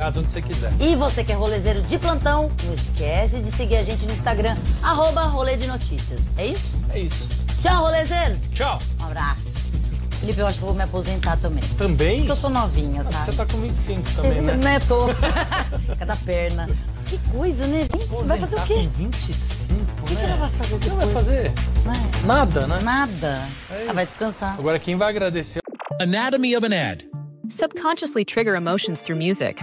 Casa onde você quiser. E você que é rolezeiro de plantão, não esquece de seguir a gente no Instagram, arroba rolê de notícias. É isso? É isso. Tchau, rolezeiros! Tchau. Um abraço. Felipe, eu acho que eu vou me aposentar também. Também? Porque eu sou novinha, sabe? Você tá com 25 também, né? Né, tô. Cada perna. Que coisa, né? Vinte- Vai fazer o Aposentar quê? Tá Com 25, O que, que ela vai fazer Não vai depois? fazer Né? nada, né? Nada. É Ela vai descansar. Agora quem vai agradecer Anatomy of an ad. Subconsciously trigger emotions through music.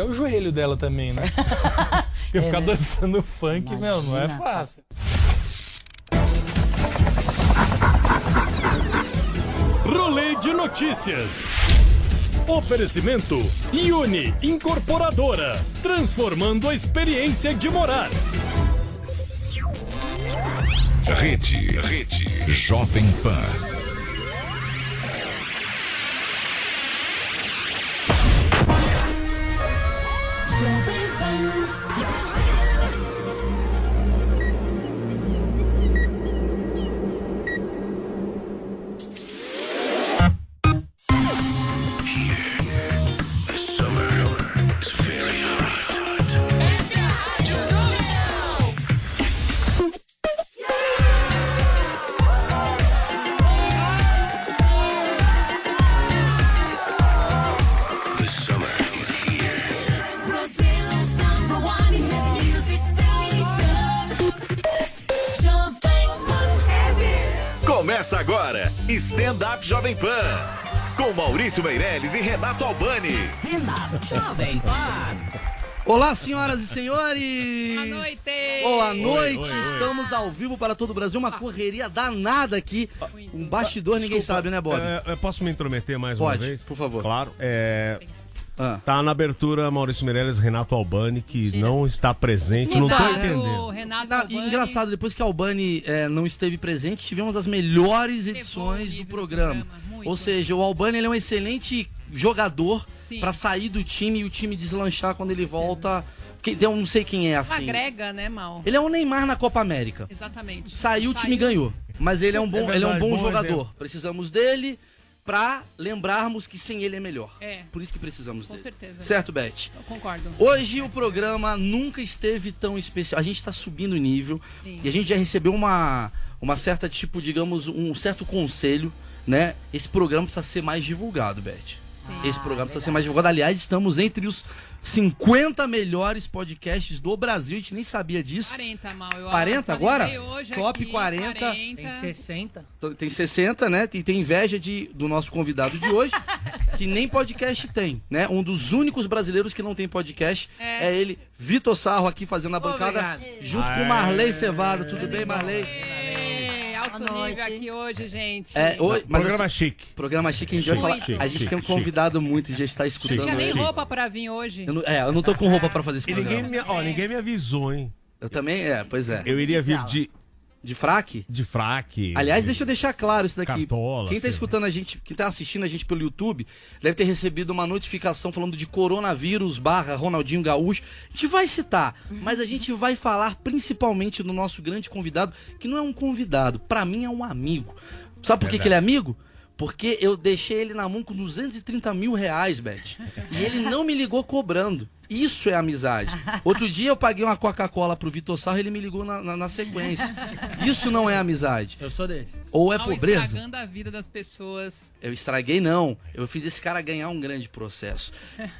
é o joelho dela também, né? Porque ficar dançando funk, meu, não é É, né? Imagina. fácil. Rolê de notícias. Oferecimento Uni Incorporadora, transformando a experiência de morar. Rede, Rede Jovem Pan. Começa agora, Stand Up Jovem Pan. Com Maurício Meirelles e Renato Albani. Olá, senhoras e senhores! Boa noite! Boa noite! Estamos ao vivo para todo o Brasil, uma correria danada aqui. Um bastidor, ninguém sabe, né, Bob? É, eu posso me intrometer mais uma Pode, vez? por favor. Claro. É, Ah. Tá na abertura Maurício Meirelles, Renato Albani, que não está presente. Não, tô Mudaram. entendendo. Renato Na- e engraçado, depois que a Albani eh, não esteve presente, tivemos as melhores edições nível do do programa. programa, muito Ou seja, o Albani ele é um excelente jogador Sim. para sair do time e o time deslanchar quando ele volta. Que, eu não sei quem é assim. agrega, né, Mal? Ele é o Neymar na Copa América. Exatamente. Saiu, o time ganhou. Mas ele é um bom, verdade, ele é um bom, bom jogador. exemplo. Precisamos dele pra lembrarmos que sem ele é melhor. É. Por isso que precisamos Com dele. certeza. Certo, Beth? Eu concordo. Hoje o programa nunca esteve tão especial. A gente tá subindo o nível e a gente já recebeu uma, uma certa, tipo, digamos, um certo conselho, né? Esse programa precisa ser mais divulgado, Beth. Ah, Esse programa precisa ser mais divulgado. Aliás, estamos entre os 50 melhores podcasts do Brasil. A gente nem sabia disso. 40, Mal. Eu 40 atualizei agora? Hoje Top aqui, 40. 40. 60. Então, Tem 60, né? E tem inveja de, do nosso convidado de hoje, que nem podcast tem, né? Um dos únicos brasileiros que não tem podcast é, ele, Vitor Sarro, aqui fazendo a bancada, junto com Marley Cevada. Tudo bem, Marley? Ei, É, alto Boa noite. nível aqui hoje, gente. É, oi, mas Programa assim, chique. programa chique, a gente vai falar. Chique, a gente chique, tem um chique. convidado muito, já Eu está não escutando. tinha nem hoje. Chique. roupa pra É. vir hoje. Eu não, é, eu não tô com roupa pra fazer esse E programa. ninguém me, ó, ninguém me avisou, hein? Eu também, é, pois é. Eu iria vir de, De fraque? de fraque. Aliás, deixa eu deixar claro isso daqui. Cartola, quem tá sim. escutando a gente, quem tá assistindo a gente pelo YouTube, deve ter recebido uma notificação falando de coronavírus barra Ronaldinho Gaúcho. A gente vai citar, mas a gente vai falar principalmente do nosso grande convidado, que não é um convidado, pra mim é um amigo. Sabe por que, que ele é amigo? Porque eu deixei ele na mão com 230 mil reais, Beth. E ele não me ligou cobrando. Isso é amizade. Outro dia eu paguei uma Coca-Cola pro Vitor Sarro e ele me ligou na- na- na sequência. Isso não é amizade. Eu sou desses. Ou é Mal pobreza? estragando a vida das pessoas. Eu estraguei, não. Eu fiz esse cara ganhar um grande processo.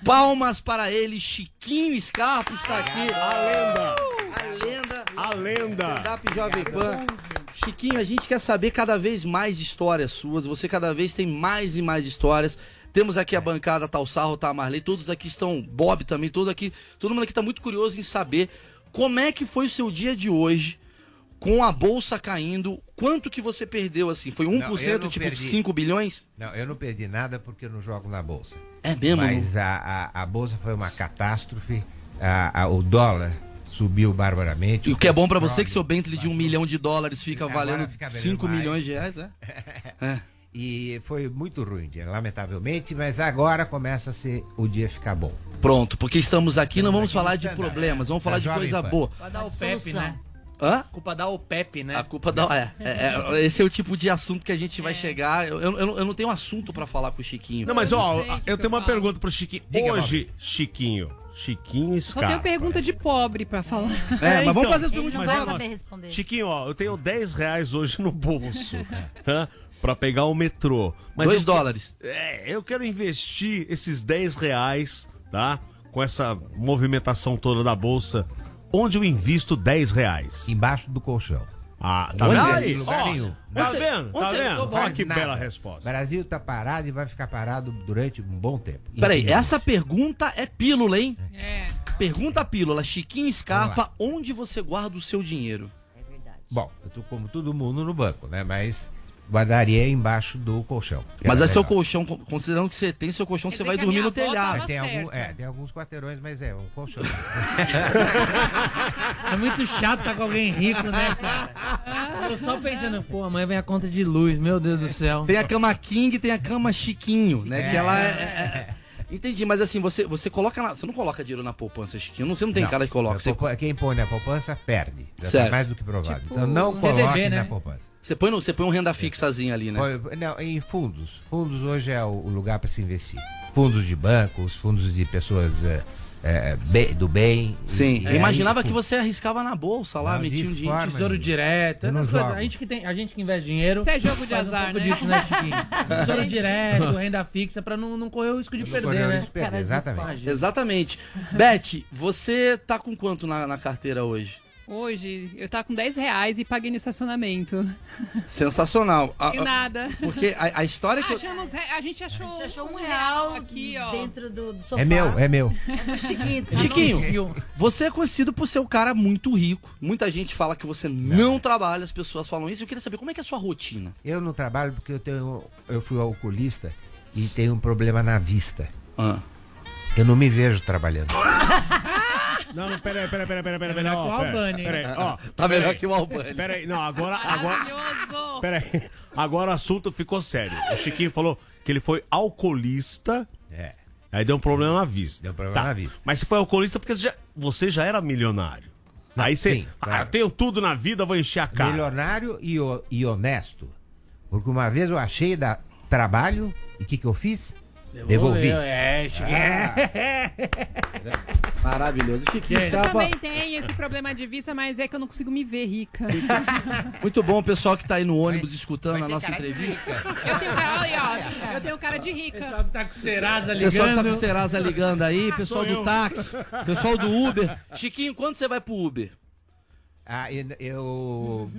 Palmas para ele, Chiquinho Scarpa está aqui. A lenda. A lenda. A A lenda. Stand-up Jovem Pan. Chiquinho, a gente quer saber cada vez mais histórias suas. Você cada vez tem mais e mais histórias. Temos aqui a bancada, tá o Sarro, tá a Marley, todos aqui estão, Bob também, todo aqui, todo mundo aqui tá muito curioso em saber como é que foi o seu dia de hoje com a bolsa caindo, quanto que você perdeu assim? Foi 1%, Não, eu não tipo perdi. 5 bilhões? Não, eu não perdi nada porque eu não jogo na bolsa. É mesmo? Mas a, a, a bolsa foi uma catástrofe. A- a- o dólar subiu barbaramente. E o que é bom pra você petróleo- que seu Bentley de um milhão de dólares fica valendo 5 mais. milhões de reais, é? E foi muito ruim, lamentavelmente, mas agora começa a ser o dia ficar bom. Pronto, porque estamos aqui, não vamos falar de problemas, vamos É falar de coisa boa. Culpa Tá da OPEP, né? Hã? Culpa da OPEP, né? É. A culpa da. É, é, é, esse é o tipo de assunto que a gente vai chegar. Eu, eu, eu não- eu não tenho assunto pra falar com o Chiquinho. Não, mas ó, eu tenho uma pergunta pro Chiquinho. Diga, Hoje, Chiquinho. Chiquinho Só tenho Tá. Scarpa. pergunta de pobre pra falar. É, mas vamos fazer as Ele perguntas não de vai pobre. saber responder. Chiquinho, ó, eu tenho 10 reais hoje no bolso É. hã, pra pegar o metrô. Dois eu- dólares. É, eu quero investir esses 10 reais, tá? Com essa movimentação toda da bolsa. Onde eu invisto 10 reais? Embaixo do colchão. Ah, tá Olha vendo? aí, lugar Ó, nenhum. Tá Onde- vendo? onde Tá você vendo? ficou, Olha Bob? que Nada. bela resposta. O Brasil tá parado e vai ficar parado durante um bom tempo. Peraí, essa pergunta é pílula, hein? É. Pergunta pílula, Chiquinho Scarpa, onde você guarda o seu dinheiro? Bom, eu tô como todo mundo no banco, né? Mas guardaria embaixo do colchão. Mas Era é seu melhor. colchão, co- considerando que você tem seu colchão, você vai que a dormir minha no avó telhado. tava Tem algum- certa. é, tem alguns quarteirões, mas é um colchão. É muito chato tá com alguém rico, né, cara? Eu só pensando, pô, amanhã vem a conta de luz, meu Deus do céu. Tem a cama King, tem a cama Chiquinho, né? É. Que ela é, é- é- Entendi, mas assim, você, você coloca na- Você não coloca dinheiro na poupança, Chiquinho. Não, você não tem cara que coloca. a Você, É, poupa- Quem põe na poupança, perde. Já Certo. tá mais do que provado. Tipo, então não CDB, coloque né? na poupança. você põe, no, você põe um renda fixazinho ali, né? Põe- Não, em fundos. Fundos hoje é o, o lugar para se investir. Fundos de bancos, fundos de pessoas eh, eh, be- do bem. Sim. E- eh, e Eu imaginava aí, que fundos. você arriscava na bolsa lá, É, tipo- Não, de metia um dinheiro. forma Tesouro nenhuma. direto, Eu não essas coisas. jogo. A gente que tem, a gente que investe dinheiro. Isso é jogo de faz um azar, pouco né? disso, né, Chiquinho? Tesouro direto, renda fixa, pra não, não correr o risco de correr perder, o né? risco de perder, Cara de exatamente. pau. Exatamente. Beth, você tá com quanto na, na carteira hoje? Hoje eu tava com 10 reais e paguei no estacionamento. Sensacional. A- E a- nada. Ah, Porque a, a história Ah, que eu... Achamos re- a gente achou, achou um um real real aqui, ó. dentro do, do sofá. É meu, é meu. do Chiquinho. tá Chiquinho, você é conhecido por ser um cara muito rico. Muita gente fala que você não trabalha, as pessoas falam isso. Eu queria saber como é que é a sua rotina. Eu não trabalho porque eu tenho. Eu fui ao oculista e tenho um problema na vista. Ah. Eu não me vejo trabalhando. Não, não, peraí, peraí, peraí, peraí, peraí. melhor ó, que o peraí, Albani, né? hein? Peraí, ó. Tá melhor peraí. que o Albani. Peraí, não, agora. agora Maravilhoso! peraí, agora o assunto ficou sério. O Chiquinho falou que ele foi alcoolista. É. Aí deu um problema na vista. Deu problema na vista. Mas você foi alcoolista porque você já, você já era milionário. Aí você. sim, Ah, eu tenho tudo na vida, vou encher a cara. Milionário e, ho- e honesto. Porque uma vez eu achei da trabalho e o que, que eu fiz? Devolvi. É, Chiquinho. Maravilhoso. Chiquinho, tá Eu Scarpa. também tenho esse problema de vista, mas é que eu não consigo me ver rica. Muito bom o pessoal que tá aí no ônibus escutando a nossa entrevista. Eu tenho um cara, olha, ó, É. eu tenho um cara de rica. Pessoal que tá com Serasa Pessoal que tá com o ligando. Serasa ligando Ah, aí, pessoal Sou do eu. táxi, pessoal do Uber. Chiquinho, quando você vai pro Uber? Ah, eu. eu...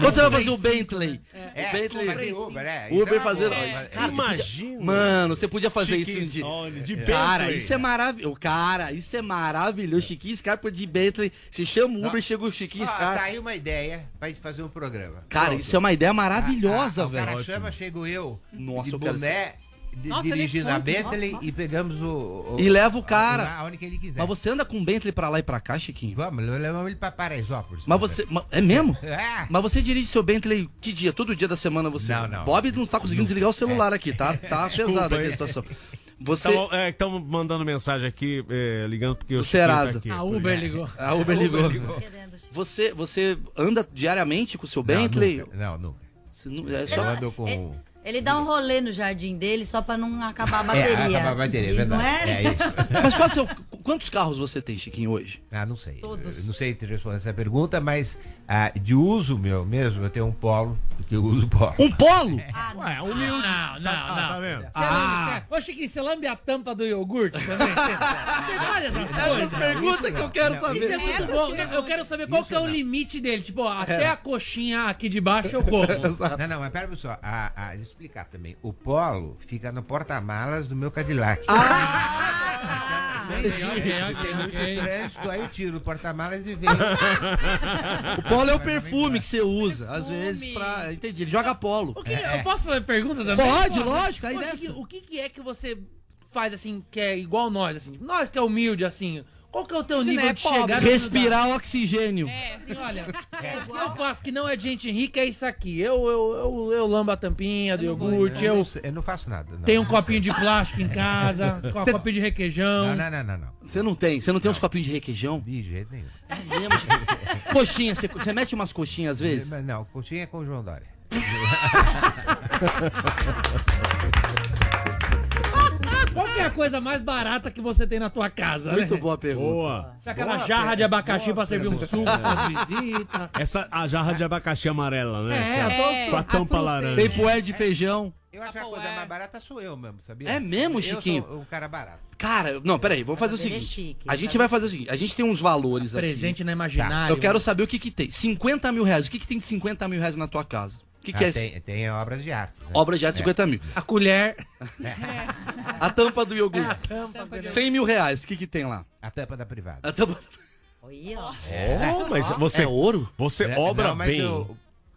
Quando você vai fazer o Bentley? É, o Bentley. fazer Uber, é. Isso é Uber uma fazendo. boa. Cara, Cara, você podia- imagina. Mano, você podia fazer Chiquinho, isso de. olha, de Cara, Bentley. isso é maravilhoso. Cara, isso é maravilhoso. Chiquinho Scarpa de Bentley. Você chama o Uber, chega o Chiquinho Ah, Scarpa. tá aí uma ideia pra gente fazer um programa. Cara, isso é uma ideia maravilhosa, Ah, ah, velho. O cara Ótimo. chama, chego eu. Nossa, de eu quero boné, de- Nossa, dirigindo a elefante, Bentley ó, ó. e pegamos o, E leva o a- cara. Aonde que ele quiser. Mas você anda com o Bentley pra lá e pra cá, Chiquinho? Vamos, levamos ele pra Paraisópolis. Mas você. ma- É mesmo? É. Mas você dirige seu Bentley que dia? Todo dia da semana você. Não, não. Bob não tá conseguindo desligar o celular aqui, tá? Tá Desculpa, pesada aqui a hein? situação. Você. Então, é, estão mandando mensagem aqui, é, ligando porque o Do Chiquinho tá Serasa. aqui. A Uber ligou. A Uber ligou. Você, você anda diariamente com o seu Bentley? Não, nunca. Você não, é Eu só... ando com. Ele- Ele dá um rolê no jardim dele só pra não acabar a É, bateria. acaba a bateria, é Não verdade. tá, é? isso. Mas qual é o seu- quantos carros você tem, Chiquinho, hoje? Ah, não sei. Todos. Eu Não sei te responder essa pergunta, mas ah, de uso meu mesmo, eu tenho um polo, que eu uso polo. Um polo? Ué, humilde. Não, não, Tá- não. tá vendo? Você lambe- Ô, Chiquinho, você lambe a tampa do iogurte também? Você- Tem várias Essa é pergunta que eu quero saber. Isso é muito Essa bom. sim é Eu quero saber qual que é o limite dele. Tipo, ó, até a coxinha aqui de baixo eu como. Não, não, mas pera só. Ah, ah, deixa eu explicar também. O polo fica no porta-malas do meu Cadillac. Tem muito trânsito, aí eu tiro o porta-malas e venho. O polo é o perfume que você usa, às vezes, pra. Entendi, ele joga polo. É. O que- É. Eu posso fazer pergunta também? Pode, Porra. lógico, aí Ô, dessa. Chiquinho, O que, que é que você faz assim, que é igual nós, assim? Nós que é humilde, assim. Qual que é o teu Ele nível não é de pobre. chegar? Respirar oxigênio. É, assim, olha, o que eu faço que não é de gente rica é isso aqui. Eu, eu, eu, eu lambo a tampinha do iogurte, é. Eu, eu não né? sei, eu não faço nada. Não. tenho um copinho de plástico em casa, com Cê- um copinho de requeijão. Não, não, não, não. não. Você não tem? Você não tem uns copinhos de requeijão? De jeito nenhum. Coxinha, você, você mete umas coxinhas às vezes? Mas Não, coxinha é com o João Dória. Qual que é a coisa mais barata que você tem na tua casa? Muito né? boa a pergunta. Boa. Tá Aquela Boa jarra de pergunta. abacaxi Boa É. pra servir um suco pra visita. Essa a jarra de abacaxi amarela, né? É, Com a- é, com a a tampa fruta. laranja. Tem poé de feijão. Eu acho que a coisa mais barata sou eu mesmo, sabia? Ah, É mesmo, Eu Chiquinho? sou um cara barato. Cara, não, peraí, vou fazer o dele é seguinte. chique, a ele gente tá- vai fazer o seguinte: a gente tem uns valores aqui. Presente na imaginária. Eu quero saber o que que tem. 50 mil reais. O que que tem de 50 mil reais na tua casa? O que que é Ah, isso? tem, tem obras de arte. né? Obra de arte, 50 mil. A colher. É, A tampa do iogurte. 100 mil reais. O que que tem lá? A tampa da privada. A tampa... Olha, ó. Oh, mas você É ouro? Você É, obra não, mas bem. eu-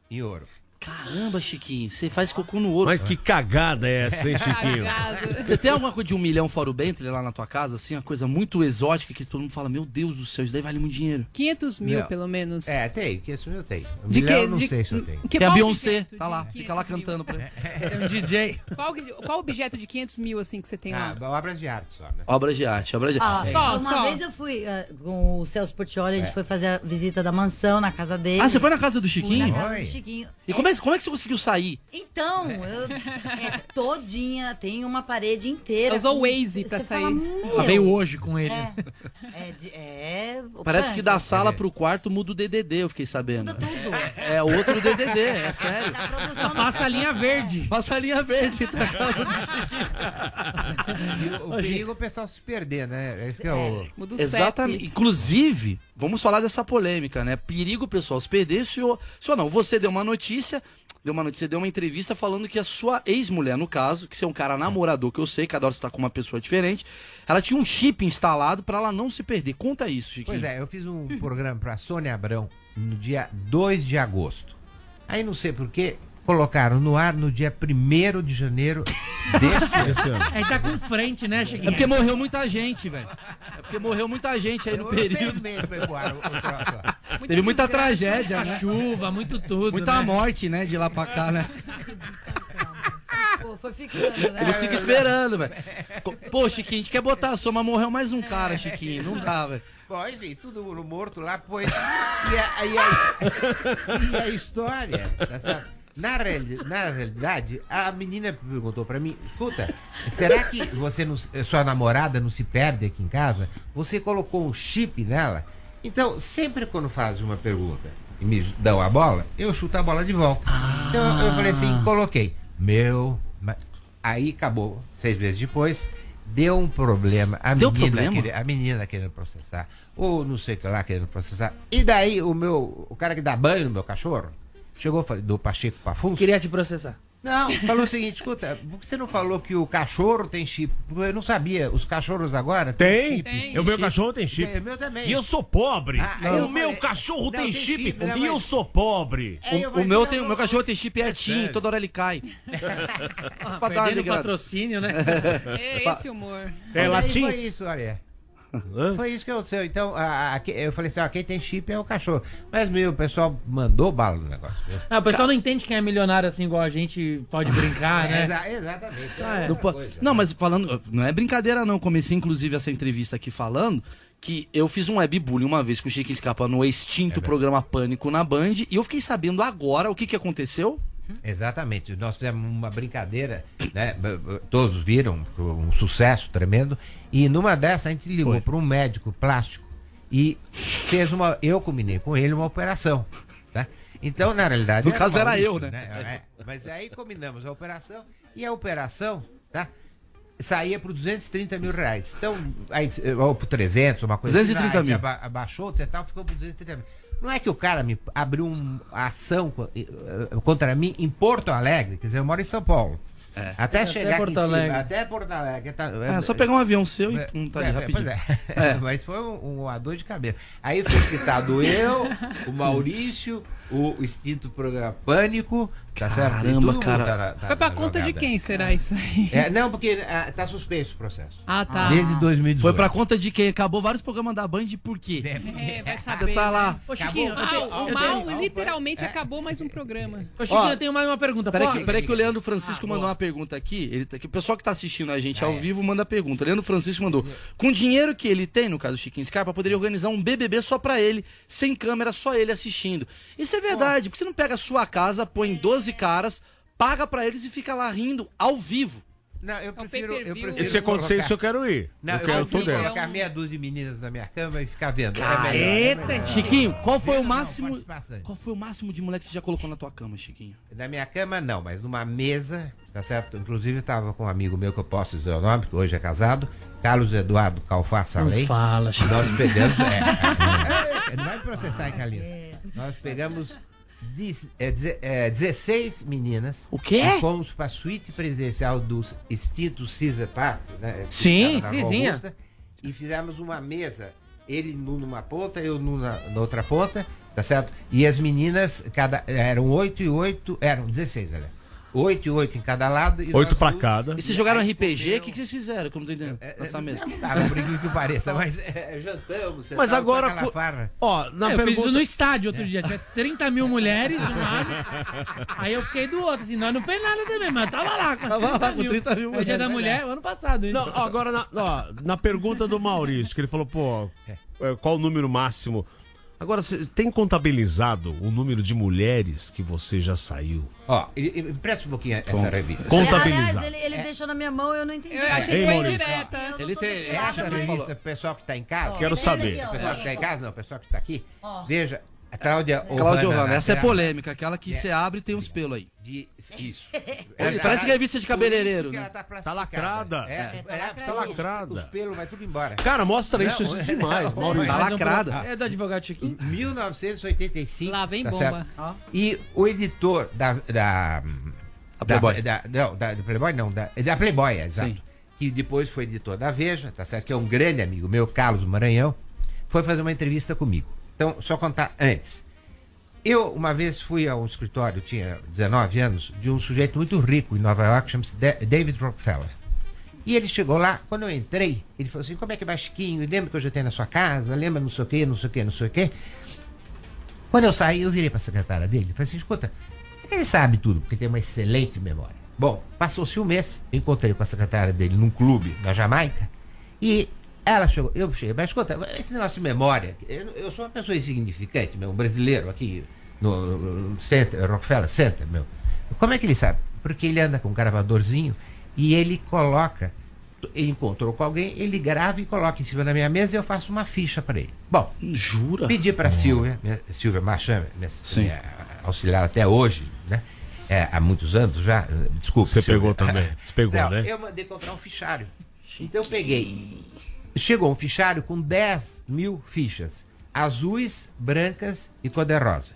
em ouro. Caramba, Chiquinho, você faz cocô no ouro. Mas que cagada é essa, hein, Chiquinho? Você tem alguma coisa de um milhão fora o Bentley lá na tua casa, assim? Uma coisa muito exótica que todo mundo fala, meu Deus do céu, isso daí vale muito dinheiro. 500 mil, Não. pelo menos. É, tem, que isso eu tenho. Um De milhão que? eu não de, sei se eu tenho. que- tem a qual Beyoncé, objeto tá de lá, 500 fica lá mil? cantando pra Tem um DJ. Qual, qual objeto de 500 mil, assim, que você tem Ah, lá? obras de arte só, né? Obras de arte, obras de Ah, arte. Só, uma só. vez eu fui ah, com o Celso Portioli, a gente foi fazer a visita da mansão na casa dele. É. Ah, você foi na casa do Fui na Chiquinho? casa Oi. do Chiquinho. E como é, como é que você conseguiu sair? Então, eu é todinha, tem uma parede inteira. Usou com- o Waze pra você sair. fala, "Meu, Ah, Ela Ah, veio hoje com ele. É, é, de- é o Parece punk. que da sala pro quarto muda o DDD, eu fiquei sabendo. Muda tudo. É outro DDD, é sério. Da produção não- Passa a linha verde. Passa a linha verde da casa do E o, o perigo é o pessoal se perder, né? É isso que é o. Muda o CEP. Exatamente. Inclusive, vamos falar dessa polêmica, né? Perigo, pessoal, se perder, se ou se ou não, você deu uma notícia, deu uma notícia, deu uma entrevista falando que a sua ex-mulher, no caso, que você é um cara namorador, que eu sei, cada hora você tá com uma pessoa diferente, ela tinha um chip instalado pra ela não se perder. Conta isso, Chiquinho. Pois é, eu fiz um programa pra Sônia Abrão no dia 2 de agosto. Aí não sei porquê, colocaram no ar no dia 1 de janeiro deste ano. Aí tá com frente, né, É Chiquinho? porque morreu muita gente, velho. É porque morreu muita gente aí no Demorou seis período. meses pra ir pro ar o- o troço lá. Teve muita desgraça. tragédia, Muita né? chuva, muito tudo. Muita né? morte, né? De lá pra cá, né? Pô, foi ficando, né? Eles ficam esperando, velho. Co- Pô, Chiquinho, a gente quer botar a soma, morreu mais um cara, Chiquinho. Não dá, velho. Bom, enfim, tudo morto lá, pois. E a, e a- e a história, tá certo? Na, reali- na realidade, a menina perguntou pra mim: escuta, será que você não, sua namorada não se perde aqui em casa? Você colocou um chip nela? Então, sempre quando faz uma pergunta e me dão a bola, eu chuto a bola de volta. Então Ah. eu falei assim: coloquei. Meu. ma- Aí acabou, seis meses depois, deu um problema. A Deu menina problema? queria- a menina querendo processar, ou não sei o que lá querendo processar. E daí o meu, o cara que dá banho no meu cachorro, chegou e falou, do Pacheco Pafunso. Queria te é processar. Não, falou o seguinte, escuta, por que você não falou que o cachorro tem chip? Eu não sabia, os cachorros agora têm Tem? chip. O meu cachorro tem Tem, chip. o meu também. E eu sou pobre. Ah, o eu meu falei- cachorro Não, tem, tem chip. chip, né, e eu mas- sou pobre. Aí eu O- O, falei, meu, não, tem, o não, meu cachorro tem chip sério. pertinho, toda hora ele cai. Ah, Pra dar uma perdendo ligada. patrocínio, né? É esse humor. É Aí latim? Foi isso, olha. Hã? Foi isso que aconteceu. Então, a- a- que- eu falei assim, ó, quem tem chip é o cachorro. Mas, meu, o pessoal mandou bala no negócio. viu? Ah, o pessoal não entende quem é milionário assim igual a gente pode brincar, É, né? Exa- exatamente. Ah, é. outra Não, po- coisa. não, mas falando, não é brincadeira não. Comecei inclusive essa entrevista aqui falando que eu fiz um webbullying uma vez com o Chiquinho Escapa no extinto programa Pânico na Band e eu fiquei sabendo agora o que, que aconteceu. Exatamente. Nós fizemos uma brincadeira, né? B- b- Todos viram um sucesso tremendo. E numa dessa a gente ligou para um médico plástico e fez uma. Eu combinei com ele uma operação. Tá? Então, na realidade. No o caso era Maurício, eu, né? É, Mas aí combinamos a operação e a operação, tá? Saía por 230 mil reais. Então, aí, eh, ou por 300, uma coisa 230 assim, mil. aba- abaixou, você tal, ficou por 230 mil. Não é que o cara me abriu uma ação co- eh, eh, contra mim em Porto Alegre, quer dizer, eu moro em São Paulo. Até, Até chegar Porto aqui em cima, Alegre. até Porto Alegre. tá- É, só pegar um avião seu e É, pum, tá ali é, rapidinho. pois é. É. Mas foi um, uma dor de cabeça. Aí foi citado eu, o Maurício, o Instinto Programa Pânico, tá certo? E Caramba, todo mundo cara. tá na- tá Foi pra na conta de jogada. quem será isso aí? É, não, porque ah, tá suspenso o processo. Ah, tá. Desde 2018. Foi pra conta de quem? Acabou vários programas da Band, por quê? É, vai Você saber. tá né? lá. Ô, Chiquinho, Acabou. Eu tenho- ah, o eu mal tenho- literalmente É. acabou mais um programa. Ô, Chiquinho, Ó, eu tenho mais uma pergunta. Peraí que, peraí que o Leandro Ah, Francisco mandou uma pergunta aqui. Ele tá aqui. O pessoal que tá assistindo a gente ao vivo manda pergunta. Leandro Francisco mandou. Com o dinheiro que ele tem, no caso o Chiquinho Scarpa, poderia organizar um BBB só pra ele, sem câmera, só ele assistindo. Isso é verdade, porque você não pega a sua casa, põe 12 caras, paga pra eles e fica lá rindo ao vivo. Não, eu é prefiro. Eu prefiro E se acontecer isso, eu quero ir. Não, é eu quero eu tudo prefiro dentro. colocar meia dúzia de meninas na minha cama e ficar vendo. Cara, é melhor, é melhor. Chiquinho, qual foi o Não, não, máximo. participação. Qual foi o máximo de moleque que você já colocou na tua cama, Chiquinho? Na minha cama, não, mas numa mesa, tá certo? Inclusive, eu tava com um amigo meu que eu posso dizer o nome, que hoje é casado, Carlos Eduardo Calfá Salem. fala, Chico. Nós pegamos. É, é, não vai me processar, hein, Calil? É. Nós pegamos dez- é, deze- é, 16 meninas. O quê? E fomos pra suíte presidencial do extinto Cisa Passos, né? que Sim, ficava na Rua Cizinha. Augusta, E fizemos uma mesa, ele nu numa ponta, eu nu na, na outra ponta, tá certo? E as meninas, cada, eram 8 e 8, eram 16, aliás. 8 e 8 em cada lado. E Oito nós um pra duas- cada. E vocês jogaram RPG? O que, que vocês fizeram? Como eu tô entendendo? Nessa mesa. Ah, por incrível que pareça, mas é, jantamos. Mas sentamos, agora, aquela co- farra. Ó, na eu fiz isso pergunta. no estádio outro dia. Tinha 30 mil mulheres de um lado. Aí eu fiquei do outro. Assim, nós não fez nada também, mas tava lá com, as Tava lá com tá 30 mil É o dia mulheres, da né? mulher, o ano passado. Isso. Não, ó, agora na, ó, na pergunta do Maurício, que ele falou, pô, é, qual o número máximo? Agora, você tem contabilizado o número de mulheres que você já saiu? Ó, e- e- empresta um pouquinho essa Conta- revista. Contabilizado. Aliás, ele, ele deixou na minha mão, eu não entendi. É. Eu É, achei Ei, que foi Maurício. direta. Ele tem. É Essa ele falou. revista, pessoal que está em casa. Quero Beleza saber. aqui, ó. O pessoal que está em casa, não, o pessoal que está aqui. Veja, a Cláudia Ohana. Cláudio Hanna, essa é lateral polêmica, aquela que você abre e tem uns pelos aí. de- Isso. Ele parece é revista de cabeleireiro, Por isso né? que ela Tá Tá, plastificada. lacrada. É, é, tá lacrada. só os- Lacrada. Os pelos vai tudo embora. Cara, mostra isso, isso é demais, Maurício. Tá lacrada. É do advogado Chiquinho. 1985. Lá vem tá bomba. certo? E o editor da. da da- Playboy. da- não, da, da Playboy não, da, da Playboy, é, exato. Sim. Que depois foi editor da Veja, tá certo? Que é um grande amigo meu, Carlos Maranhão, foi fazer uma entrevista comigo. Então, só contar antes. Eu, uma vez, fui a um escritório, tinha 19 anos, de um sujeito muito rico em Nova York, chama-se Da- David Rockefeller. E ele chegou lá, quando eu entrei, ele falou assim: Como é que vai, Chiquinho? Lembra que eu já tenho na sua casa? Lembra não sei o quê, não sei o quê, não sei o quê? Quando eu saí, eu virei pra secretária dele e falei assim: Escuta, ele sabe tudo, porque tem uma excelente memória. Bom, passou-se um mês, eu encontrei com a secretária dele num clube na Jamaica e ela chegou. Eu cheguei, mas escuta, esse negócio de memória, eu, eu sou uma pessoa insignificante, meu, um brasileiro aqui no, no Center, Rockefeller Center, meu. Como é que ele sabe? Porque ele anda com um gravadorzinho e ele coloca, ele encontrou com alguém, ele grava e coloca em cima da minha mesa e eu faço uma ficha pra ele. Bom, Jura? Pedi pra Silvia, minha- Silvia Marchand, minha, minha auxiliar até hoje, né? É, há muitos anos já. eh, Desculpa. Você Silvia. pegou também. Você pegou, Não, né? Eu mandei comprar um fichário. Então eu peguei. Chegou um fichário com 10 mil fichas. Azuis, brancas e cor de rosa.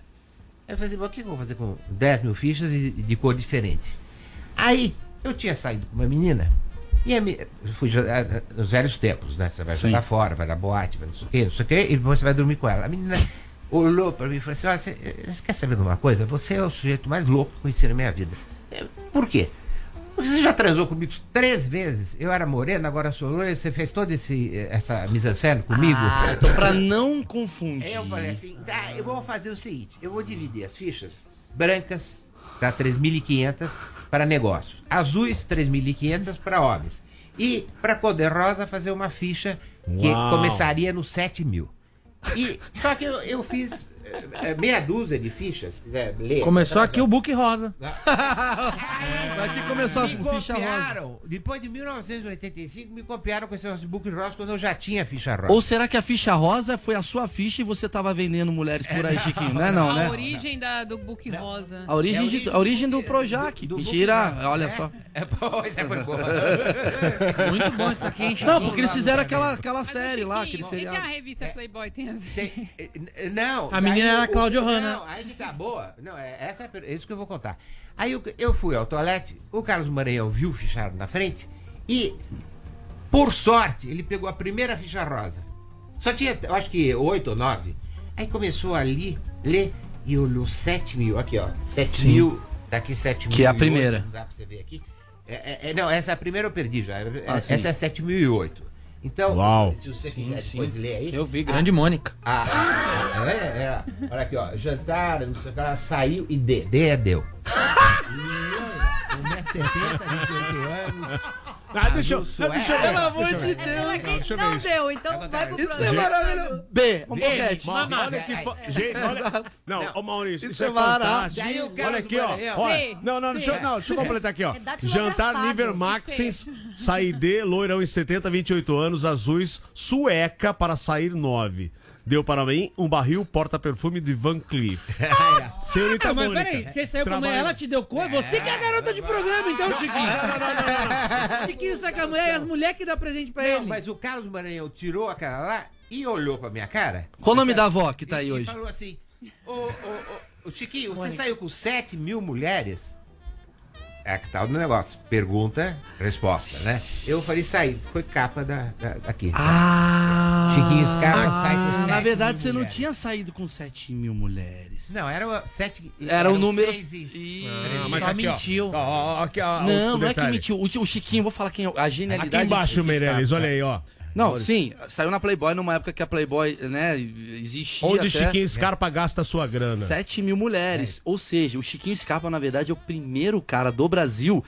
Aí eu falei assim, "Bom, o que eu vou fazer com 10 mil fichas e e de cor diferente? Aí, eu tinha saído com uma menina. E a me- eu fui já- ah, ah, nos velhos tempos, né? Você vai Sim. jogar fora, vai na boate, vai não sei o quê, não sei o quê, e depois você vai dormir com ela. A menina olhou pra mim e falou assim: Olha, você, eh, você quer saber de uma coisa? Você é o sujeito mais louco que eu conheci na minha vida. "Eh, Por quê? Porque você já transou comigo três vezes. Eu era morena, agora sou loira, você fez toda esse, eh, essa mise en scène comigo. Então, pra não confundir. Aí eu falei assim, tá, eu vou fazer o seguinte, eu vou dividir as fichas brancas, tá, 3.500 para negócios, azuis 3.500 para homens e para cor de rosa fazer uma ficha que Uau. começaria no 7.000. E só que eu, eu fiz é, meia dúzia de fichas, se quiser ler. Começou aqui o book rosa. Aqui começou a me ficha copiaram. Depois de 1985, me copiaram com esse negócio de book rosa quando eu já tinha ficha rosa. Ou será que a ficha rosa foi a sua ficha e você tava vendendo mulheres por aí, Chiquinho? Não é não, A né? origem da- do book Né? rosa. A origem, de- a origem do Projac. Mentira, olha só. Pois é, foi boa. Muito bom isso aqui, hein, Não, porque eles fizeram aquela, aquela série lá, aquele O que, que seriado. a É. revista Playboy tem a ver? eh, Não. A menina era a Cláudia Hanna. Não, aí que tá boa. Não, é, essa é, a per- é isso que eu vou contar. Aí eu, eu fui ao toalete, o Carlos Maranhão viu o fichário na frente e, por sorte, ele pegou a primeira ficha rosa. Só tinha, eu acho que oito ou nove. Aí começou ali, ler e olhou sete mil. Aqui, ó. Sete Sim. mil. Daqui sete mil. Que é a e oito, primeira. Não dá pra você ver aqui. É, é, é, não, essa primeira eu perdi já. É, Ah, sim. essa é 7008. Então, Uau. se você quiser depois sim. ler aí. Eu vi, Ah, grande Mônica. ah, ah, é, é. Olha aqui, ó. Jantar, não sei o que lá, saiu e dê. Dê é deu. 1,70m, 28 anos. Ah, deixa eu. Sué- deixa eu ver. Pelo amor Deixa eu de ver. Deus. Não, deixa eu ver isso. deu, então vai pro Isso é maravilhoso. B, um boquete. Mano, olha que. fo- Ai. Gente, olha. Exato. Não, ô Maurício, isso é maravilhoso. fantástico. Daí o Carlos Olha aqui, ó. Maranhão. Olha. Sim, Não, não, deixa eu, sim. não, deixa eu completar aqui, ó. É datilografado, Jantar Niver que Maxens, feio. sair D, loirão em 70, 28 anos, azuis, sueca para sair 9. Deu para mim um barril porta-perfume de Van Cleef. É, Senhorita Ah, mas Mônica. peraí, você saiu com a mulher, trabalha- ela te deu cor? Você que é a garota de programa, então, Chiquinho. E que isso é com a mulher? E as mulheres que dá presente pra ele? Mas o Carlos Maranhão tirou a cara lá e olhou pra minha cara. Qual o nome da avó que tá aí E hoje? falou assim: Ô, ô, ô, ô, Chiquinho, você saiu com 7 mil mulheres? É que tal do negócio. Pergunta, resposta, né? Eu falei, saí. Foi capa da, da, daqui. Ah, Chiquinho Scarpa sai com Na sete verdade, você não mulheres. tinha saído com 7 mil mulheres. Não, era um 7. Era o número. Ah, mas mas Só aqui, ó. mentiu. ó, não, o não é que detalhe. mentiu. O, o Chiquinho, vou falar quem é a genialidade. Aqui embaixo, do Chiquinho Meirelles, Scarpa. olha aí, ó. Não, sim, saiu na Playboy numa época que a Playboy, né, existia. Onde até... Chiquinho Scarpa gasta sua grana. 7 mil mulheres. Ou seja, o Chiquinho Scarpa, na verdade, é o primeiro cara do Brasil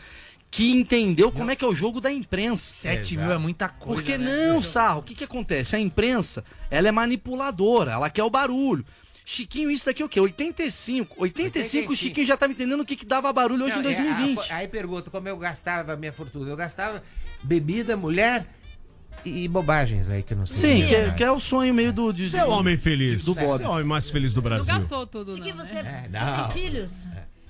que entendeu como é que é o jogo da imprensa. 7 mil é muita coisa. Porque né? não, Sarro, o que que acontece? A imprensa, ela é manipuladora, ela quer o barulho. Chiquinho, isso daqui é o quê? 85. 85, 85. o Chiquinho já tava entendendo o que, que dava barulho hoje Não, em é, 2020. a- aí pergunto como eu gastava a minha fortuna. Eu gastava bebida, mulher e, e bobagens aí que eu não sei. Sim, que, é- Né? que é o sonho meio do... de- Você é o homem feliz. Do Bob. Você é o homem mais feliz do Não Brasil. gastou tudo, não. E que você É. né? você não. É. tem filhos?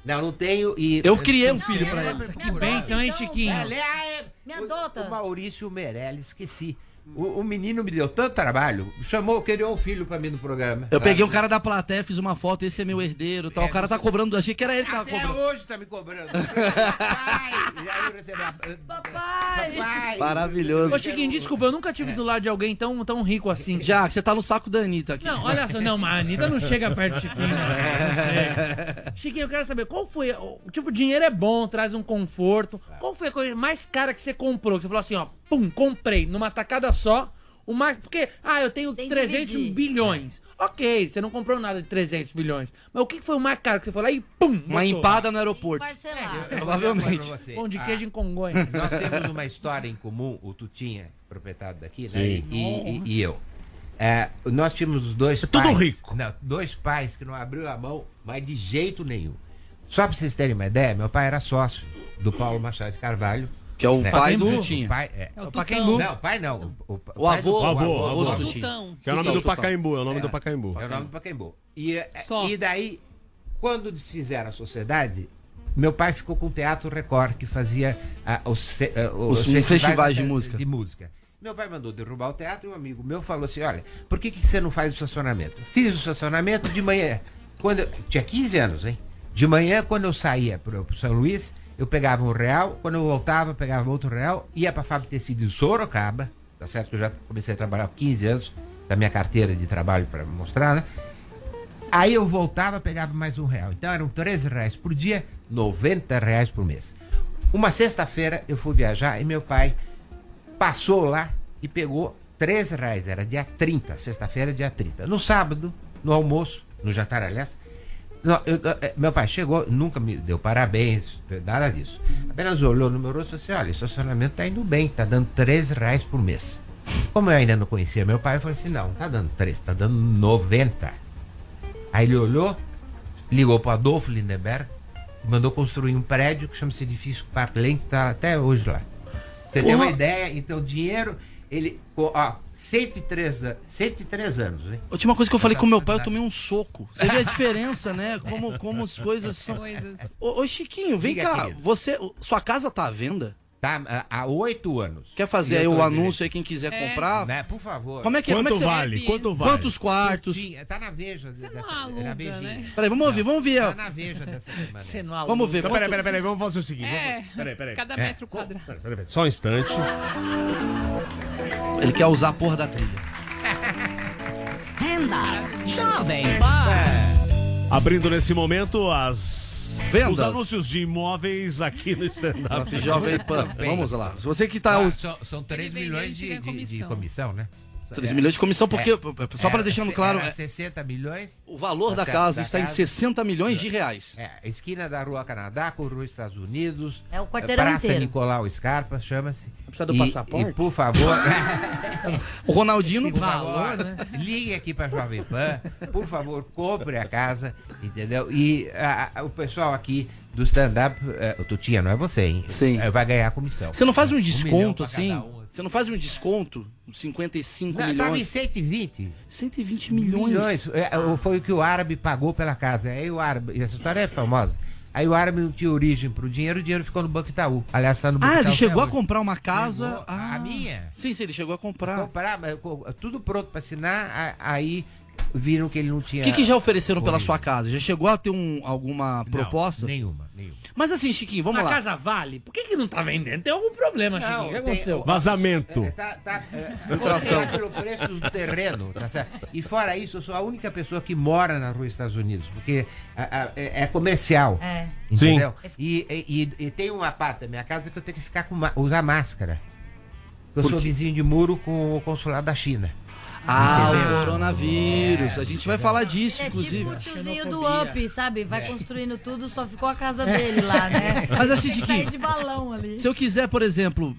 Não, não tenho e. Eu criei um filho pra ele. Que bênção, hein, Chiquinho? É, le- ah, é- Me o- adota. O Maurício Meirelles, esqueci. O, o menino me deu tanto trabalho, chamou, criou um filho pra mim no programa. Eu Tá? peguei um cara da plateia, fiz uma foto, esse é meu herdeiro e tal. O cara tá cobrando, achei que era ele que tava Até cobrando. hoje tá me cobrando. Papai! E aí eu recebi a- Papai! Papai! Maravilhoso. Ô, Chiquinho, desculpa, eu nunca É. tive do lado de alguém tão, tão rico assim. Já, que você tá no saco da Anitta aqui. Não, olha só, não, mas a Anitta não chega perto de Chiquinho. né? Não chega. Chiquinho, eu quero saber qual foi. o- Tipo, dinheiro é bom, traz um conforto. Qual foi a coisa mais cara que você comprou? Que você falou assim, ó, pum, comprei numa tacada só. O mais, porque, ah, eu tenho Sem 300 dividir. bilhões. Ok, você não comprou nada de 300 bilhões. Mas o que foi o mais caro que você falou aí, pum? Uma botou? empada no aeroporto. Parcelar. Provavelmente. Pão Ah. de queijo em Congonha. Nós temos uma história em comum, o Tutinha, proprietário daqui, né? E, e- e eu. É, nós tínhamos os dois É tudo pais. rico. Não, dois pais que não abriu a mão, mas de jeito nenhum. Só pra vocês terem uma ideia, meu pai era sócio do Paulo Machado de Carvalho. Que é o né? pai do O Tutinha. pai, é, É o o Pacaembu. Não, pai não. O, o- O pai avô, do- O avô, o avô o do avô. Tutinho. Tutão. Que é o nome do Tutão. Pacaembu, é o nome do Pacaembu. É o nome do Pacaembu. E, é, Só. e daí, quando desfizeram a sociedade, meu pai ficou com o Teatro Record, que fazia ah, os, fe- ah, Os- os festivais de música. de música. Meu pai mandou derrubar o teatro e um amigo meu falou assim: Olha, por que, que você não faz o estacionamento? Fiz o estacionamento de manhã. Quando eu, tinha 15 anos, hein? De manhã, quando eu saía pro, pro São Luís, eu pegava um real. Quando eu voltava, eu pegava outro real. Ia pra Fábio Tecido em Sorocaba. Tá certo que eu já comecei a trabalhar com 15 anos, da minha carteira de trabalho pra mostrar, né? Aí eu voltava, pegava mais um real. Então eram 13 reais por dia, 90 reais por mês. Uma sexta-feira eu fui viajar e meu pai passou lá e pegou 13 reais. Era dia 30, sexta-feira, dia 30. No sábado, no almoço, no jantar, aliás. nó- eu- eu- eh, meu pai chegou, nunca me deu parabéns, nada disso. Apenas olhou no meu rosto e falou assim: olha, o estacionamento tá indo bem, tá dando 13 reais por mês. Como eu ainda não conhecia meu pai, eu falei assim: não, não tá dando 13, tá dando 90. Aí Aí ele olhou, ligou pro Adolfo Lindenberg e mandou construir um prédio que chama-se Edifício Parklane, que tá até hoje lá. Você tem Porra. uma ideia? Então, o dinheiro, ele. Ó, 103, a- 103 anos, hein? Última coisa que eu falei com meu pai, eu tomei um soco. Você vê a diferença, né? Como, como as coisas são. Ô, ô, Chiquinho, vem Diga, cá. querido. Você, sua casa tá à venda? Tá, há oito anos. Quer fazer E aí eu o tô anúncio aí, quem quiser É. comprar? Né, por favor. Como é que é? Como é que você Quantos quartos? Tinha- Tá na veja. Você dessa, É aluga, na vejinha. né? Peraí, vamos ouvir, vamos ouvir. Tá na veja dessa semana. Você não Vamos ver. Então, peraí, peraí, peraí, vamos fazer o seguinte. É, vamos- peraí, peraí. cada É. metro quadrado. Peraí, peraí, peraí, Só um instante. Ah, Ele quer usar a porra da trilha. Stand up. Jovem É, Abrindo nesse momento as Vendas. Os anúncios de imóveis aqui no stand-up. Jovem Pan. Vamos lá. Se você que tá. Ah, os- são, são 3 milhões de, de, de comissão, né? 3 milhões de comissão, É. porque- só pra deixando se- claro, era é- 60 milhões. Tá O valor da casa está em 60 milhões de reais. É, esquina da Rua Canadá com Rua Estados Unidos. É o quarteirão Praça inteiro. Nicolau Scarpa, chama-se. Precisa do passaporte? E, por favor. o Ronaldinho não falou, né? Ligue aqui pra Jovem Pan. Por favor, compre a casa, entendeu? E a- a- o pessoal aqui do stand-up, é, o Tutinha, não é você, hein? Sim. vai ganhar a comissão. Você não faz um milhão desconto pra assim? cada um. Você não faz um desconto? uns 55 Não, é tava em milhões. 120. 120 milhões. É, é, foi o que o árabe pagou pela casa. Aí o árabe, essa história é famosa. Aí o árabe não tinha origem pro dinheiro, o dinheiro ficou no Banco Itaú. Aliás, tá no Banco Ah, Itaú ele até chegou a hoje. comprar uma casa. Chegou. Ah. A minha? Sim, sim, ele chegou a comprar. Comprar, mas co- tudo pronto pra assinar, a- aí viram que ele não O tinha. que, que já ofereceram pela origem. sua casa? Já chegou a ter um, alguma proposta? nenhuma, nenhuma. Mas assim, Chiquinho, vamos a lá. casa vale? Por que, que não tá vendendo? Tem algum problema, Não, Chiquinho. O que tem- aconteceu? Vazamento. É, tá, tá, é, Inflação. comprar pelo preço do terreno, tá certo? E fora isso, eu sou a única pessoa que mora na rua Estados Unidos, porque a- a- é, é comercial. É. Entendeu? E, e- e- e tem uma parte da minha casa que eu tenho que ficar com ma- usar máscara. Eu sou vizinho de muro com o consulado da China. Ah, Entendeu? o coronavírus. A gente vai falar disso, É inclusive. tipo o tiozinho do Up, sabe? É. Vai construindo tudo, só ficou a casa dele lá, né? Mas assim, Tem que sair Chiquinho, de balão ali. Se eu quiser, por exemplo,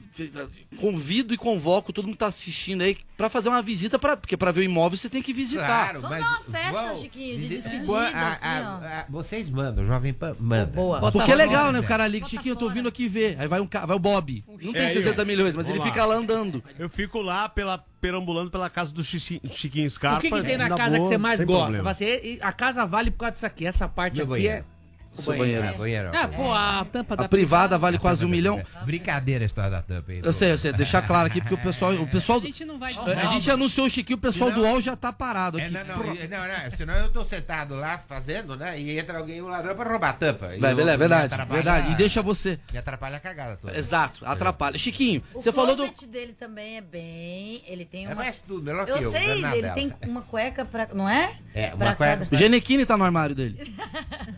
convido e convoco todo mundo que tá assistindo aí pra fazer uma visita, pra, porque pra ver o imóvel você tem que visitar. Claro, Tá. Vamos mas dar uma festa, vão, Chiquinho, de visita- despedida, Boa, a- assim, ó. a- a- Vocês mandam, o Jovem Pan manda. Porque é legal, né? O cara liga, Chiquinho, eu tô vindo aqui ver. Aí vai, um, ca- vai o Bob. Não tem É, 60 eu- milhões, mas Vamos ele fica lá andando. Eu fico lá pela, perambulando pela casa do Chichi- Chiquinho Scarpa. O que, que tem na, na casa boa, que você mais sem gosta? problema. Você, a casa vale por causa disso aqui. Essa parte Meu aqui banheiro. é. Seu banheiro. banheiro. Ah, pô, a tampa da. A privada vale quase um milhão. Brincadeira a história da tampa aí. Eu sei, eu sei. Deixar claro aqui, porque o pessoal... O pessoal A gente não vai a gente anunciou o Chiquinho, o pessoal do UOL já tá parado É, aqui. não, não, e- não, não, senão eu tô sentado lá fazendo, né? E entra alguém, um ladrão, pra roubar a tampa. E Vai, eu- vai, é verdade, me atrapalha- verdade. E deixa você. Me atrapalha a cagada toda. Exato, atrapalha. Chiquinho, O você falou do. closet dele também é bem. Ele tem É uma. mais tudo, melhor que eu. eu, sei, né, ele Anabela? tem uma cueca pra. Não é? É, Pra uma cueca. O Genequini tá no armário dele.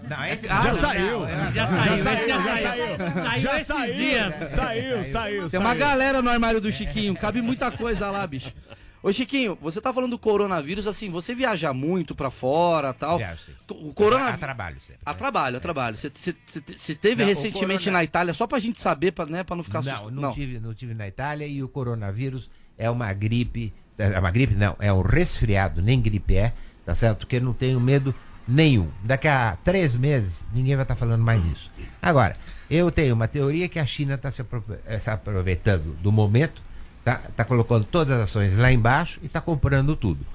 Não, É esse Já saiu. já saiu, Já Saiu Já esses saiu, dias. né? Saiu, saiu, Tem uma galera no armário do Chiquinho, cabe muita coisa lá, bicho. Ô Chiquinho, você tá falando do coronavírus, assim, você viaja muito pra fora tal. Viajo, sim. O coronavírus. A trabalho sempre. A trabalho, a trabalho. Você- Você você- você teve Não, o recentemente corona- na Itália, só pra gente saber, pra, né, pra não ficar Não, assustado. não, Tive, não tive na Itália e o coronavírus é uma gripe. É uma gripe, não, é um resfriado, nem gripe é, tá certo? Porque eu não tenho medo nenhum. Daqui a três meses, ninguém vai estar falando mais isso. Agora, eu tenho uma teoria que a China está se apro- eh, se aproveitando do momento, tá, tá colocando todas as ações lá embaixo e tá comprando tudo.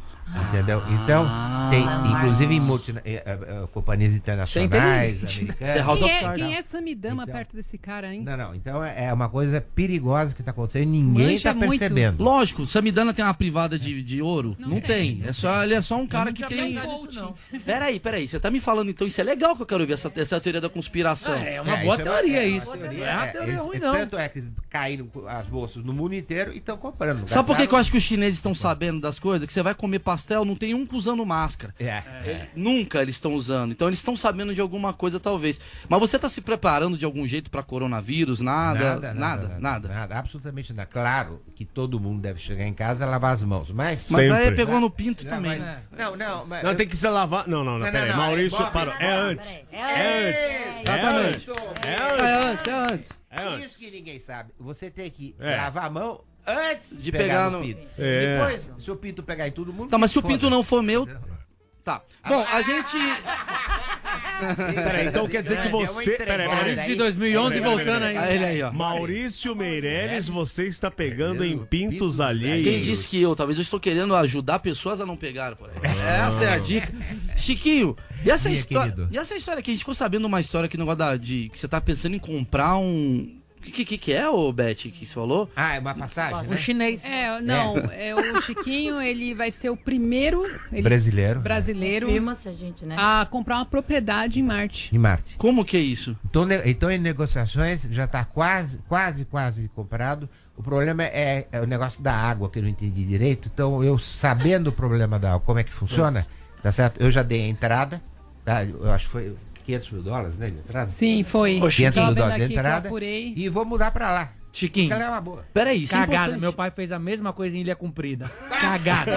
Entendeu? Então, tem inclusive em multina- eh, eh, eh, companhias internacionais, americanas. Quem é, quem é Samidama perto desse cara, hein? Não, não. Então é é uma coisa perigosa que tá acontecendo e ninguém Manja tá muito. percebendo. Lógico, Samidana tem uma privada de, de ouro? Não, tem. É só, ele é só um cara que nunca tem. pensei nisso, não. Peraí, peraí, você tá me falando então, isso é legal que eu quero ver essa, essa teoria da conspiração. Ah, é uma boa isso teoria é uma isso. teoria. Não é uma teoria eles- ruim, não. Tanto é que eles caíram co- as bolsas no mundo inteiro e estão comprando. Sabe por que, que eu acho que os chineses estão sabendo das coisas? Que você vai comer pastel, não tem um usando máscara. É. Ele- Nunca eles estão usando. Então eles estão sabendo de alguma coisa, talvez. Mas você tá se preparando de algum jeito pra coronavírus? Nada? Nada, nada. absolutamente nada. Claro que todo mundo deve chegar em casa e lavar as mãos, mas... Mas aí pegou no pinto Não, também. mas- né? Não, não, mas... Não, tem que se lavar. Não, não, não, Não, peraí. não, não, Maurício, é Bob, parou. Ah, não, É não, antes. peraí. É antes. É antes. Exatamente. É É antes. antes, é antes. É Por antes. isso que ninguém sabe. Você tem que É. lavar a mão antes De pegar no- pinto. É. Depois, se o pinto pegar em todo mundo... Tá, mas se o foda. pinto não for meu, Tá. Bom, a gente. Peraí, então quer dizer é que você. Peraí, peraí, peraí. Peraí, peraí, peraí. Aí, Ah, Ele aí, ó. Maurício Meirelles, você está pegando em pintos alheios. Quem disse que eu? Talvez eu estou querendo ajudar pessoas a não pegar por aí. Essa é a dica. Chiquinho, e essa, Minha história, querido. e essa história que a gente ficou sabendo uma história que negócio da, de que você tá pensando em comprar um. O que, que, que é, ô Beth, que você falou? Ah, é uma passagem. O chinês. É, não, é. o Chiquinho, ele vai ser o primeiro ele- Brasileiro. brasileiro Confirma-se a gente, né? a comprar uma propriedade em Marte. Em Marte. Como que é isso? Então, ne- então em negociações já está quase, quase, quase comprado. O problema é, é o negócio da água que eu não entendi direito. Então eu sabendo o problema da água, como é que funciona, tá certo? Eu já dei a entrada, tá? Eu acho que foi 500 mil dólares, né, de entrada? Sim, foi. 500 Tava mil vendo dólares aqui de que eu entrada. apurei. E vou mudar pra lá. Chiquinho. Ela é uma boa. Peraí, isso é Cagada. importante. Meu pai fez a mesma coisa em Ilha Comprida. Cagada.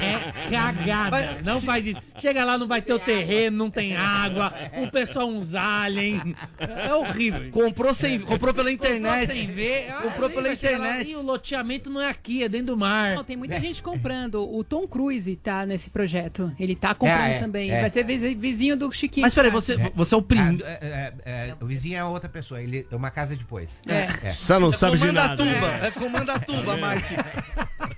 é cagada. não faz isso. Chega lá, não vai ter o terreno, não tem água, o É. pessoal uns alien. É horrível. Comprou sem- comprou pela internet. Comprou sem ver. Comprou Ah, pela vai chegar lá, internet. E o loteamento não é aqui, é dentro do mar. É. Não, tem muita gente comprando. O Tom Cruise tá nesse projeto. Ele tá comprando É, é, também. é. Vai ser vizi- vizinho do Chiquinho. É. o primeiro. É, é, é, o vizinho é outra pessoa, ele é uma casa depois. É. Só não sabe de nada. Comandatuba, é Comandatuba, Marte.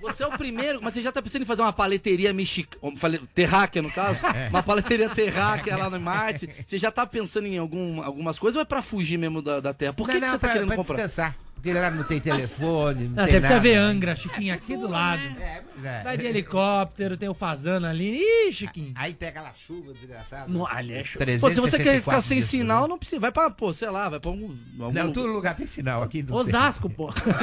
Você é o primeiro, mas você já tá pensando em fazer uma paleteria mexicana, terráquea no caso, É. uma paleteria terráquea lá no Marte. Você já tá pensando em algum, algumas coisas ou é pra fugir mesmo da, da Terra? Por que, Não, que não, você tá pra- querendo pra comprar? descansar. Porque lá não tem telefone, não, Não, tem Ah, você precisa nada. ver Angra, Chiquinho, aqui do lado. né? é. Vai de helicóptero, tem o Fazano ali. Ih, Chiquinho. Aí tem aquela chuva desgraçada. Não, é aliás, Pô, se você quer ficar 364 sem dias por sinal, não precisa. Vai pra, pô, sei lá, vai pra algum. algum Não, todo lugar tem sinal aqui. não tem. Osasco, pô. Vai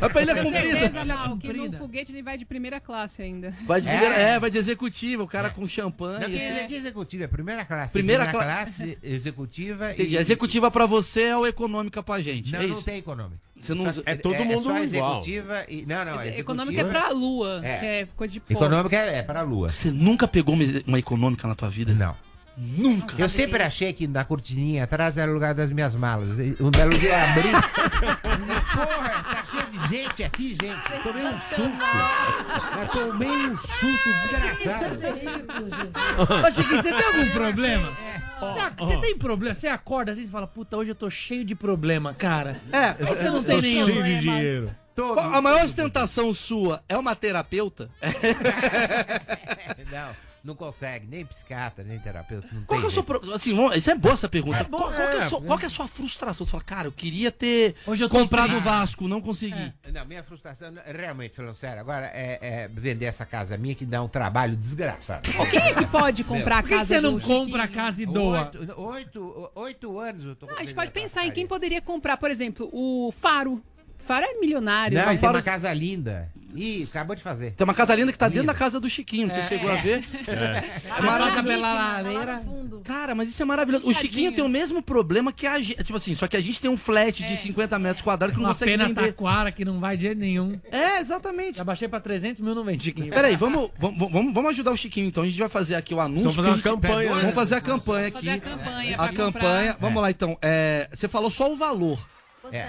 É pra Ilha Com Comprida. certeza, Mal, que no foguete ele vai de primeira classe ainda. Vai de primeira- é. vai de executiva, o cara com É champanhe. Não, assim. que, que executiva? É primeira classe. tem Primeira cla- classe, executiva Entendi. e... A executiva pra você é o econômica pra gente. Não, é não isso? tem econômica. Você não... Só- é é, só executiva e... Não, não, é Econômica é executiva. pra lua, É. que é coisa de pobre. Econômica é, é pra lua. Você nunca pegou uma, uma econômica na tua vida? Não. Nunca. Eu sempre achei que na cortininha atrás era o lugar das minhas malas. E Um belo dia eu abri. Porra, tá cheio de gente aqui, gente. Eu tomei um susto. Eu tomei um susto desgraçado. Ô, Chiquinho, você tem algum problema? É. Você- Você tem problema? Você acorda assim e fala, puta, hoje eu tô cheio de problema, cara. É, Mas você não tem nenhum. né? Qual- A maior ostentação sua é uma terapeuta? Não, não consegue. Nem psiquiatra, nem terapeuta. Não Qual que é tem o seu jeito. pro- assim, vamos- Isso é boa essa pergunta. É qual, boa, qual que é a é. sua, qual que é a sua frustração? Você fala, cara, eu queria ter eu tô comprado o triste. Vasco, não consegui. Não, minha frustração, realmente, falando sério, agora é, é vender essa casa minha que dá um trabalho desgraçado. Quem é que pode comprar a Por que que casa você não do compra a Chiquinho? casa e doa? Oito, oito, oito anos eu tô Não, a gente pode pensar em quem poderia comprar, por exemplo, o Faro. Faro é milionário. Não, Vai e tem para é uma o- casa linda. Ih, acabou de fazer. Tem uma casa linda que tá dentro da casa do Chiquinho, você É. chegou a É. ver. É. É Passa maravilhoso. pela lareira. Cara, mas isso é maravilhoso. O Chiquinho tem o mesmo problema que a gente. Tipo assim, só que a gente tem um flat de 50 metros quadrados que não Uma consegue pena vender. taquara que não vai de jeito nenhum. É, exatamente. Já baixei pra 300 mil, não vende, Chiquinho. Peraí, vamos, vamos, vamos- vamos ajudar o Chiquinho então. A gente vai fazer aqui o anúncio. Vamos fazer uma que a gente- campanha, né? Vamos fazer a campanha aqui. Fazer a campanha A pra comprar. campanha. Vamos lá então. É, você falou só o valor. É.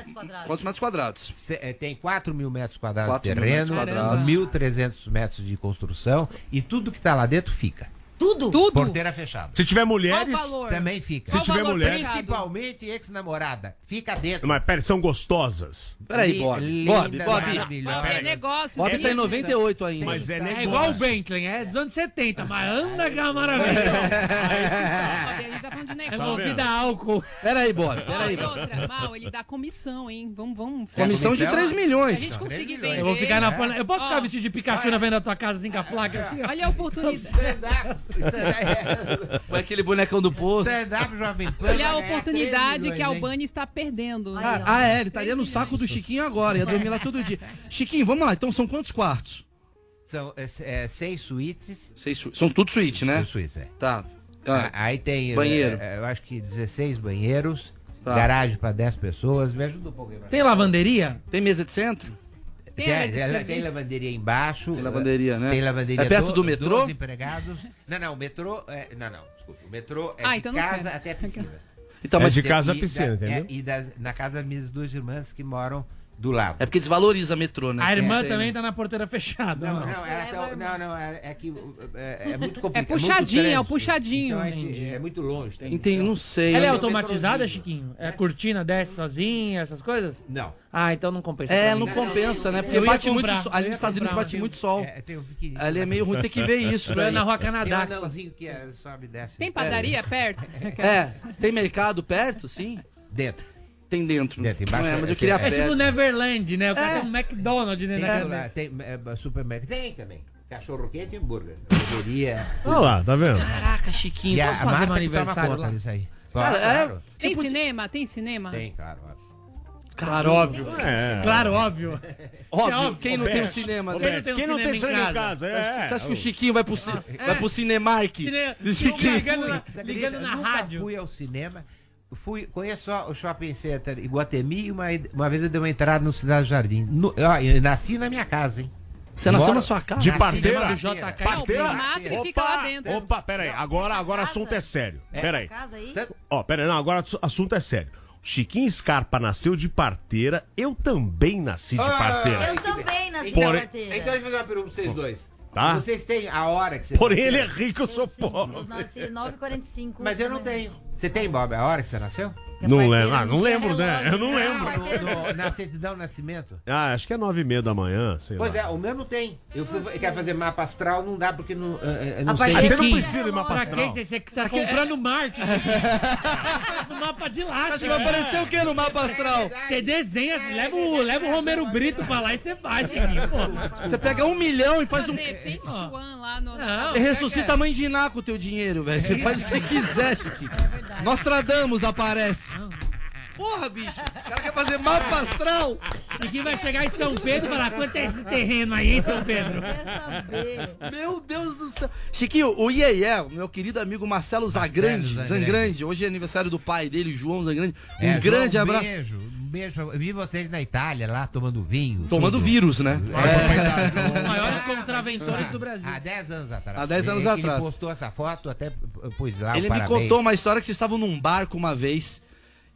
Quantos metros quadrados? Cê, eh, tem 4 mil metros quadrados de 4.000 terreno, metros quadrados. 1.300 metros de construção e tudo que tá lá dentro fica. Tudo? Tudo. Porteira fechada. Se tiver mulheres, Qual o valor? também fica. Qual Se o tiver valor mulheres- fechado? Principalmente ex-namorada. Fica dentro. Mas peraí, são gostosas. Peraí, Bob. Linda, Bob, Bob. maravilhosa. Não, é negócio. Bob tá em gente. 98 ainda. Mas é É negócio. igual o Bentley, é dos anos 70, mas anda que é uma maravilha. Bob, ele tá falando de É negócio. movida a álcool. Peraí, Bob. Ó, Peraí, e Bob. outra, mal, ele dá comissão, hein? Vamos, vamos. Comissão de 3 milhões. Se a gente cara. conseguir vender. Eu vou ficar na porta. porta. Eu posso ficar vestido de Pikachu na frente da tua casa assim com a placa assim, ó. Olha a oportunidade. Põe aquele bonecão do poço. Stand-up, Jovem Pan. É, Olha a vai ganhar oportunidade 3 que é a milhões, hein? Albani está perdendo. Ah, ah, é, ele estaria no saco do Chiquinho agora, ia dormir lá todo dia. Chiquinho, vamos lá, então são quantos quartos? São eh, eh, seis suítes. Seis su- São tudo suíte, né? Seis suítes, é. Tá. Ah, Ah, Aí tem, eh, Banheiro. eh, eu acho que 16 banheiros, Tá. garagem pra 10 pessoas. Me ajuda um pouquinho. Tem lavanderia? Tem mesa de centro? Tem, Tem área de tem, serviço. tem lavanderia embaixo. Tem lavanderia, né? Tem É lavanderia. perto do- do metrô? dois empregados. Não, não, o metrô. é- não, não, desculpa. O metrô é Ah, de então não casa pega. até a piscina. Então, É mas de tem- casa à E piscina, da- entendeu? é, e da- na casa das minhas duas irmãs que moram do lado. É porque desvaloriza metrô, né? A irmã É. também tá na porteira fechada. Não, não, ela tá- não, não, é, é que é, é muito complicado. puxadinho, muito é o trânsito. puxadinho, Então, a gente- entendi. é muito longe. Tem, Entendi, não sei. Ela é Tem um automatizada, metrozinho. Chiquinho? É cortina, desce sozinha, essas coisas? Não. Ah, então não compensa. É, pra não mim. compensa, né? Porque Eu ia bate comprar, muito sol. eu Ali ia nos Estados Unidos comprar. bate muito sol. É, tem um pequenininho. Ali é meio ruim ter que ver isso, né? É Na Rua Tem um Canadá. anãozinho que é, sobe e desce. Tem padaria perto? né? É, tem mercado perto, sim? Dentro. Tem dentro. né? embaixo é, mas é- eu queria é- É perto. tipo Neverland, né? O cara É. tem um McDonald's, né? Tem, na é, cadeira. lá, tem é, supermercado. Tem também. Cachorro quente e hambúrguer. Hamburgueria. Olha lá, tá vendo? Caraca, Chiquinho. E a, posso a fazer Marta meu que toma aniversário conta lá? disso aí. Cara, é- Claro. Tem cinema? Tem cinema? Tem, claro. óbvio. Claro, óbvio. É. Claro, óbvio. Óbvio, É óbvio, É, quem não tem um Roberto. cinema, né? Quem não tem um cinema em casa? Você acha que o Chiquinho vai pro, ci... vai pro Cinemark? É. Cine- Chiquinho. Ligando na- Você acredita? ligando na Nunca rádio. fui ao cinema. Fui, conheço só o shopping center Iguatemi e uma, uma vez eu dei uma entrada no Cidade Jardim. No, ó, eu nasci na minha casa, hein? Você nasceu na sua casa? De Nasci parteira? na minha JK. parteira. Parteira? Não, o Primato, ele fica lá dentro. Opa, peraí. Agora, agora o assunto é sério. Peraí. Casa aí? Ó, peraí, não, agora o assunto é sério. Chiquinho Scarpa nasceu de parteira, eu também nasci de Ah, parteira. Eu também nasci Porém- na Então carteira. deixa eu fazer uma pergunta pra vocês dois. Tá. Vocês têm a hora que vocês Porém, ele é nasceram? rico, eu sou Eu pobre. nasci 9h45. Mas eu não tenho. Você tem, Bob, a hora que você nasceu? é Não lembro, parteira ah, não não tinha lembro, né? relógio, Eu não né? lembro. No- na certidão de nascimento? Ah, acho que é nove e meia da manhã, sei Pois lá. é, o meu não tem. Eu fui, quero fazer mapa astral, não dá porque não, é, é, não A sei. Ah, você não Chiquinho, precisa de mapa Pra quem astral. você, você que tá comprando Marte? Chiquinho? no mapa de lá, Acho que Tá, vai Chiquinho. aparecer o quê no mapa astral? Você desenha, leva, o, leva o Romero Brito pra lá e você vai, Chiquinho. pô. Você pega um milhão e faz um... Fazer Feng Shuan lá no... Não. Você ressuscita a mãe de Iná com o teu dinheiro, velho. É Você faz o que você quiser, Chiquinho. Nostradamus aparece. Porra, bicho. O cara quer fazer mapa astral. Chiquinho vai chegar em São Pedro e falar, quanto é esse terreno aí, hein, São Pedro? Quer saber? Meu Deus do céu. Chiquinho, o IEE, o meu querido amigo Marcelo Zagrande, Zagrande. Zangrande, hoje é aniversário do pai dele, João Zangrande. Um É, João, grande abraço. Beijo, um beijo. pra- Eu vi vocês na Itália lá tomando vinho. Tomando tudo. vírus, né? É. Os maiores contravenções do Brasil. Há 10 anos atrás. Há 10 anos Ele- ele atrás. postou essa foto, até p- pus lá. um Ele me parabéns. contou uma história que vocês estavam num barco uma vez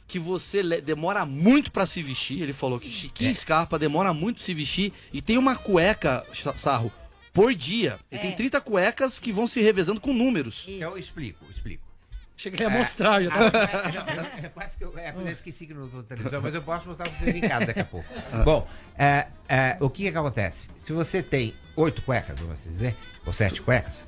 que você le- demora muito pra se vestir. Ele falou que Chiquinho Scarpa demora muito pra se vestir e tem uma cueca, Sa- Sarro, por dia. Ele tem 30 cuecas que vão se revezando com números. Então eu explico, explico. Cheguei a mostrar, já tá. tava... Não, é quase que eu, é, mas eu esqueci que não estou televisão, mas eu posso mostrar pra vocês em casa daqui a pouco. Ah. Bom, é, é, o que, que acontece? Se você tem oito cuecas, vamos assim dizer, ou sete cuecas,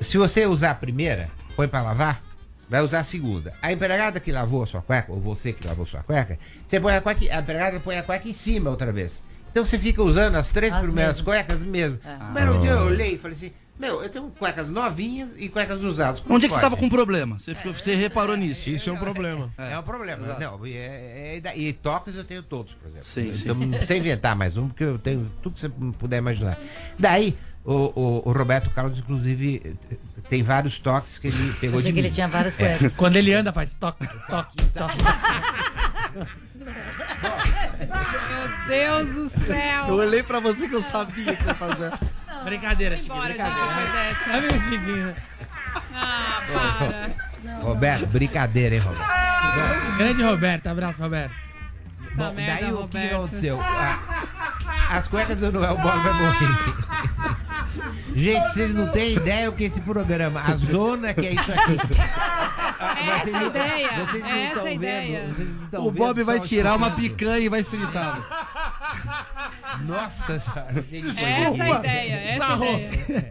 se você usar a primeira, põe pra lavar, vai usar a segunda. A empregada que lavou a sua cueca, ou você que lavou a sua cueca, você põe a cueca, a empregada põe a cueca em cima outra vez. Então você fica usando as três As primeiras mesmas. É. cuecas mesmo. Mas um dia Ah. eu olhei e falei assim, meu, eu tenho cuecas novinhas e cuecas usadas. Como Onde é que você pode? tava com problema? Você, ficou- você reparou nisso? Isso é um problema. É, um problema. Não, e, é- é- da- e toques eu tenho todos, por exemplo. Sim, sim. então, não precisa inventar mais um, porque eu tenho tudo que você puder imaginar. Daí, o, o- o Roberto Carlos, inclusive, eh, tem vários toques que ele Eu pegou de achei que mim. ele tinha várias cuecas. Quando ele anda, faz toque, toque, toque. Meu Deus do céu. olhei pra você que eu sabia que ia fazer. Brincadeira, Vai Chiquinho. embora, Brincadeira. já foi dessa. Olha o Chiquinho, né? Ah, para. Roberto, brincadeira, hein, Ah, Roberto? Grande Roberto, abraço, Roberto. Bom, tá merda, daí o que que Roberto. aconteceu? A- as cuecas do Noel Bob vai morrer. Gente, vocês não têm ideia o que é esse programa. A zona que é isso aqui. É Vocês essa a não- ideia. Vocês não É essa estão a vendo. ideia. vocês não estão O Bob vendo, vai só os tirar uma convidados. picanha e vai fritar. velho. Nossa senhora. gente. É essa a ideia. é Essa a ideia.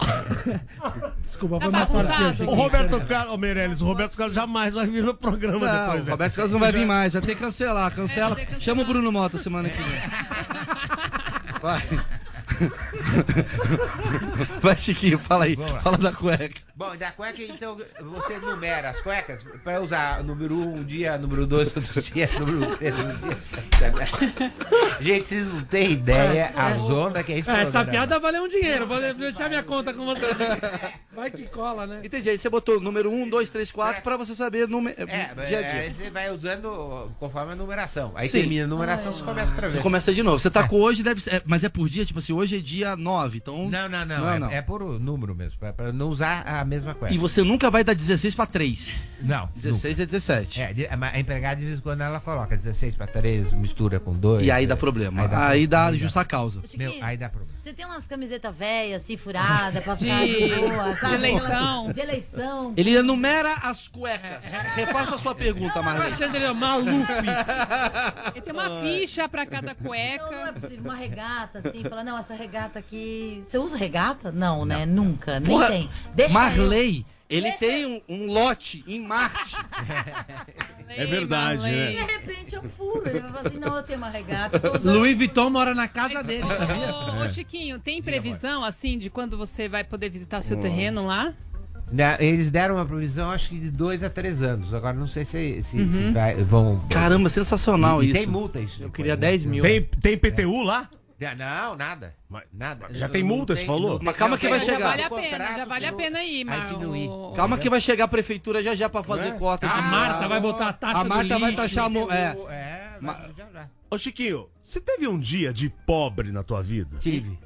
Desculpa, Tá foi mais forte que eu, bagunçado. O Chiquinho. Roberto Carlos, ô Meirelles, o Roberto Carlos jamais vai vir no programa Não, Ah, o depois. né? Roberto Carlos não vai vir mais, vai ter que cancelar. É, Cancela. vai ter que cancelar. Chama o Bruno Mota semana que vem. Vai. Vai, Chiquinho, fala aí. Vamos lá. Fala da cueca. Bom, e da cueca, então, você numera as cuecas pra usar número 1 um, um dia, número 2 outro dia, número 3 outro dia. sabe? Gente, vocês não têm ideia a zona que é isso. É, essa piada valeu um dinheiro. Vou deixar minha conta com você. Vai que cola, né? Entendi, aí você botou o número 1, 2, 3, 4 pra você saber nume... É, mas dia a dia. aí você vai usando conforme a numeração. Aí Sim. termina a numeração, você começa outra Você vez. começa de novo. Você tá com hoje, deve ser. é, mas é por dia, tipo assim, hoje é dia 9, então. Não, não, não. Não, é, não. é por número mesmo, pra, pra não usar a mesma cueca. E você nunca vai dar 16 pra 3. Não. 16 é 17. É, de- mas a empregada de vez em quando ela coloca 16 para 3, mistura com 2. E aí dá problema. Aí dá, justa causa. Meu, aí dá problema. Você tem umas camisetas velhas, assim, furada, pra De- ficar de boa, sabe? de eleição. De eleição. Ele enumera as cuecas. Refaça a sua pergunta, Marlene. Alexandre é maluco. Ele tem uma ficha pra cada cueca. Não, não é possível. Uma regata, assim, fala, não, essa regata aqui. Você usa regata? Não, né? Nunca, nem Porra, tem. Deixa Marley, eu- ele Deixa tem um, um lote em Marte. É verdade, né? eu- De repente eu furo. Ele vai falar assim, não, eu tenho uma regata. tô usando- Louis Vuitton mora na casa dele, Ô, ô, É. sabia? Chiquinho, tem previsão, assim, de quando você vai poder visitar seu terreno lá? Na- Né, eles deram uma provisão, acho que de 2 a 3 anos. Agora não sei se, se, se Uhum. vai- vão. Caramba, sensacional E- e isso. Tem multa isso. Eu queria 10 mil. Tem, tem PTU lá? Não, nada. nada. Já tem multa, Não você tem- falou? não- Mas calma não que tem vai multa. Já chegar. vale a O pena, contrato já vale a do- pena ir, Aí diminui. Marlon. Calma que vai chegar a prefeitura já já pra fazer cota. É? A Marta vai botar a taxa A do Marta vai lixo, taxar a mo... é. É, Ma- Ô, Chiquinho, você teve um dia de pobre na tua vida? Tive.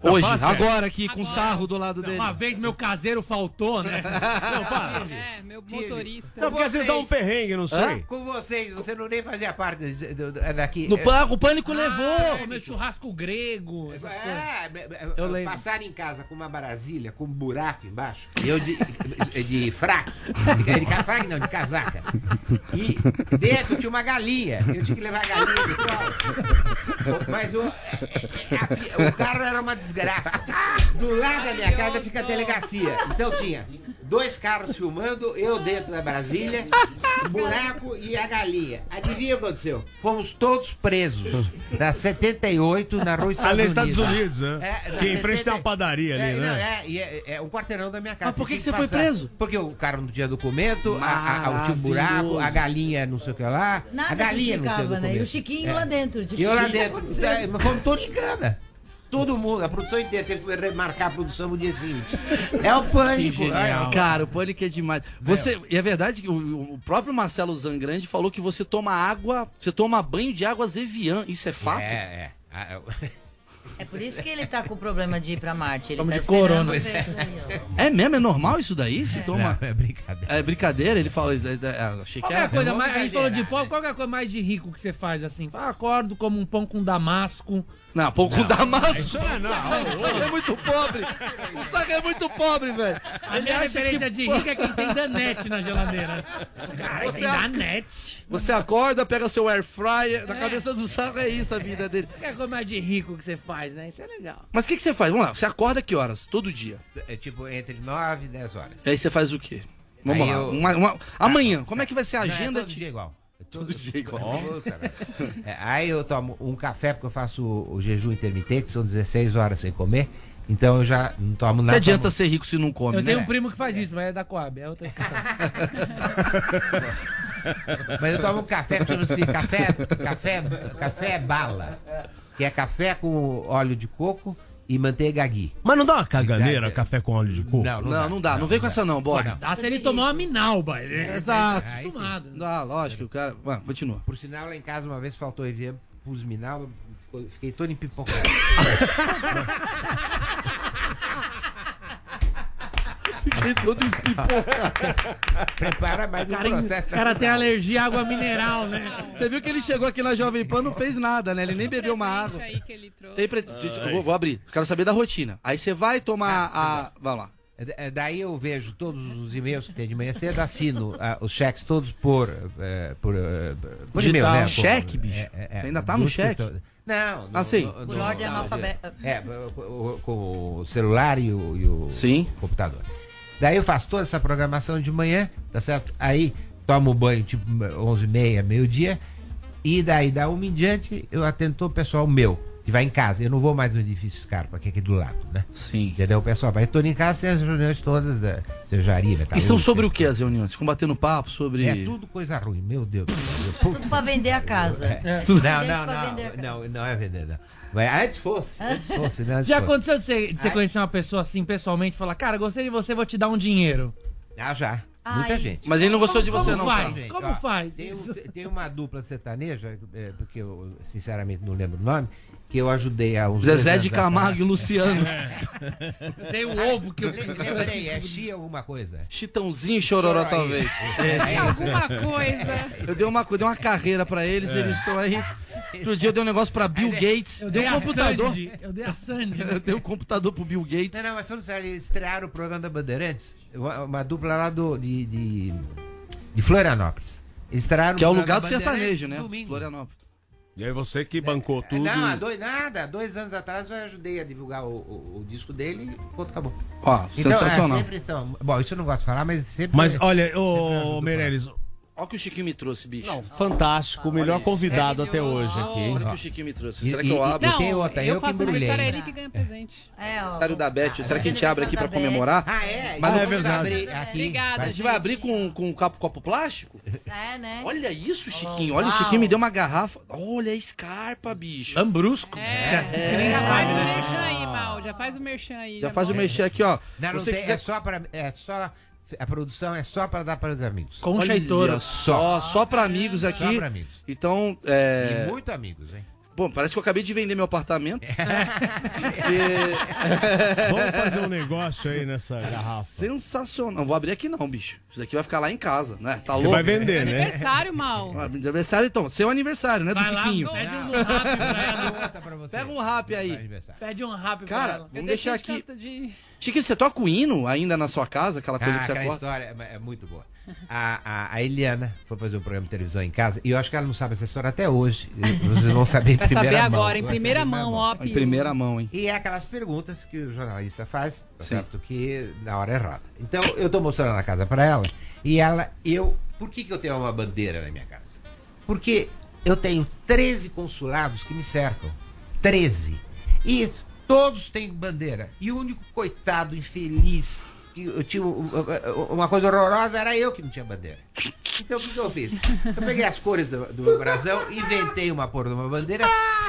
Hoje, agora aqui, com sarro do É lado dele. Uma vez meu caseiro faltou, né? Não, fala. É, meu motorista. Não, porque às vezes dá um perrengue, não sei. Hã? Com vocês, você não nem fazia parte do- do- do- daqui. No É, tipo, pânico, o Ah, pânico é levou. Meu churrasco grego. essas É, coisas. eu Eu lembro. Passaram em casa com uma brasília, com um buraco embaixo, e eu de, de fraque, de, de ca- fraque não, de casaca. E dentro tinha uma galinha, eu tinha que levar a galinha de colo. Mas o, é, o carro era uma desgraça. Do lado da minha casa fica a delegacia. Então tinha dois carros filmando, eu dentro da brasília, o buraco e a galinha. Adivinha o que aconteceu? Fomos todos presos. Na 78, na rua Estados Ali Ah, nos Estados Unidos. Unidos, né? É, na que em frente 70 tem uma padaria é, ali, não, né? é, e é, é o quarteirão da minha casa. Mas por que Tinha que você foi passar. preso? Porque o cara não tinha documento, a, a, a, o tio buraco, a galinha não sei o que lá. Nada se a galinha não tinha explicava, né? E documento. o Chiquinho É. lá dentro. E eu lá dentro. Chiquinho, Tá, mas Fomos todos em cana. Todo mundo, a produção inteira teve que remarcar a produção no dia seguinte. É o pânico. olha. Cara, o pânico é demais. Você, e é verdade que o, o próprio Marcelo Zangrande falou que você toma água, você toma banho de água Zevian. Isso é fato? É, é. É por isso que ele tá com problema de ir pra Marte. Ele Tamo tá de esperando corona. ver isso aí, ó. É mesmo? É normal isso daí? Você toma... é brincadeira. É brincadeira? Ele falou isso. daí- daí- ah, achei que Qual que é era. a coisa mais. A gente falou de pobre, qual que é a coisa mais de rico que você faz assim? Fala, acordo, como um pão com damasco. Não, pão com damasco. Isso não é, não. O Saga é muito pobre. O Saga é muito pobre, velho. A minha referência de rico é quem tem danete na geladeira. Cara, tem danete. Você acorda, pega seu air fryer. Na cabeça do Saga é isso a vida dele. Qual que é a coisa mais de rico que você faz, né? Isso é legal. Mas o que, que você faz? Vamos lá, você acorda que horas? Todo dia. É tipo entre 9 e 10 horas. E aí você faz o quê? Vamos Aí lá. eu- Tá. uma- uma- Amanhã, como é que vai ser a Não, é agenda? todo de- dia igual. Todo dia igual. Puta, velho. É, aí eu tomo um café porque eu faço o o jejum intermitente, são 16 horas sem comer. Então eu já não tomo Não nada. adianta tomo- ser rico se não come, Eu né? tenho um primo que faz isso, mas é da Coab. É outra questão. Mas eu tomo um café que chama-se café, café, café é bala. Que é café com óleo de coco e manteiga ghee. Mas não dá uma caganeira café com óleo de coco? É, Não, Não, não dá. Não, vem com essa não, bora. Dá Tá, se ele tomar uma minalba. Ele é Exato. acostumado. Ah, lógico, o cara... Ué, continua. Por sinal, lá em casa uma vez faltou EVM, pus minal, ficou- fiquei todo empipocado. Fiquei todo empipocado. Prepara mais um Cara, processo. o cara tem alergia à água mineral, né? Você viu que ele chegou aqui na Jovem Pan, não fez nada, né? Ele nem bebeu uma água. Aí que ele trouxe. Tem pre... Gente, eu vou, vou abrir. Quero saber da rotina. Aí você vai tomar a... Vai lá. É, é, Daí eu vejo todos os e-mails que tem de manhã cedo, assino ah, os cheques todos por. eh, por, eh, por Digital. Um e-mail, né? Por- Cheque, bicho? é, é, é, Você ainda tá no busca cheque? todo- Não. Ah, sim. no- Por no- ordem no- analfabeta. É, com- com o celular e o, e o computador. Daí eu faço toda essa programação de manhã, tá certo? Aí tomo banho tipo 11h30, meio-dia. E daí, da uma em diante, eu atento o pessoal meu, que vai em casa. Eu não vou mais no edifício Scarpa, que é aqui do lado, né? Sim. Entendeu? O pessoal vai todo em casa, tem as reuniões todas da cervejaria, E são metalúrgica. sobre o que as reuniões? Ficam batendo papo sobre... É tudo coisa ruim, meu Deus do céu. É Tudo pra vender a casa. É Não, tudo não, gente pra não, vender a não, não, não é vender, não. Mas antes fosse, antes fosse, né? Antes Já fosse. aconteceu de você, de você conhecer uma pessoa assim pessoalmente e falar, cara, gostei de você, vou te dar um dinheiro. Ah, já. Muita gente. Mas ele não gostou de Como- você, como não, tá? faz, Fábio. gente? Como Ó, faz Tem, um- isso? tem uma dupla sertaneja, é, porque eu sinceramente não lembro o nome, que eu ajudei a uns. Zezé dois anos de Camargo atrás. e Luciano. É. Tem o ovo que eu- Le- Lembrei, é Xi alguma coisa. Chitãozinho e Chororó, Chororó, talvez. isso. É alguma coisa. Eu dei uma, co- dei uma carreira pra eles, É. eles estão aí. Outro dia eu dei um negócio pra Bill Gates. Eu dei um a computador. Sandy. Eu dei a Sandy. Eu dei um computador pro Bill Gates. Não, não, mas falando sério, eles estrearam o programa da Bandeirantes, uma, uma dupla lá do, de, de, de Florianópolis. Eles estrearam Que é o lugar programa da do Bandeirantes sertanejo, né? domingo. Florianópolis. E aí você que bancou tudo. É, Não, há dois, nada. há Dois anos atrás eu ajudei a divulgar o, o- o disco dele e pronto, acabou. Ó, sensacional. É, sempre são. Bom, isso eu não gosto de falar, mas sempre. é. Mas olha, sempre ô ajudo, Meirelles, Olha o que o Chiquinho me trouxe, bicho. fantástico, o melhor isso. convidado É até hoje Olha o que o aqui. Chiquinho me trouxe. E- Será que e- eu abro? e tem outra, eu que faço embrulhei. aniversário, é ele que ganha presente. É, ó. Aniversário da Beth. Será que a gente abre aqui pra comemorar? Ah, é? Então Mas Ah, não é verdade. Aqui. Obrigada. A gente vai abrir com, com um capo, copo plástico? É, né? Olha isso, Chiquinho. Olha, o Chiquinho me deu uma garrafa. Olha a escarpa, bicho. um Lambrusco. É. Já faz o merchan aí, Mal. Já faz o merchan aí. Já faz o manda. merchan aqui, ó. Não, não Você tem, quiser- é só pra. É só, a produção é só pra dar para os amigos. Olha, Só, só pra amigos aqui. Só pra amigos. Então, é... E muito amigos, hein? Bom, parece que eu acabei de vender meu apartamento. Vamos fazer um negócio aí nessa garrafa. Sensacional. Não vou abrir aqui não, bicho. Isso daqui vai ficar lá em casa, né? Tá Você louco? vai vender, né? Aniversário, Mal. Ah, Aniversário, então. Seu aniversário, né? Do Vai lá, Chiquinho. não, Pede um né? Pega um rap aí. Pede um rap pra Cara, ela. vamos deixar aqui. De... Chiquinho, você toca o hino ainda na sua casa? Aquela coisa Ah, que você aquela acorda? história é, é muito boa. A, a- a Eliana foi fazer um programa de televisão em casa e eu acho que ela não sabe essa história até hoje. Vocês vão saber em Vai primeira saber mão. agora, em Vai primeira saber na mão, ó. Pio. mão, hein? E é aquelas perguntas que o jornalista faz, tá certo que na hora errada. Então eu tô mostrando a casa pra ela e ela, eu, por que que eu tenho uma bandeira na minha casa? Porque eu tenho 13 consulados que me cercam. 13. E todos têm bandeira. E o único coitado infeliz que eu tinha um- uma coisa horrorosa era eu que não tinha bandeira. Então o que, que eu fiz? Eu peguei as cores do, do meu brasão, inventei uma porra de uma bandeira,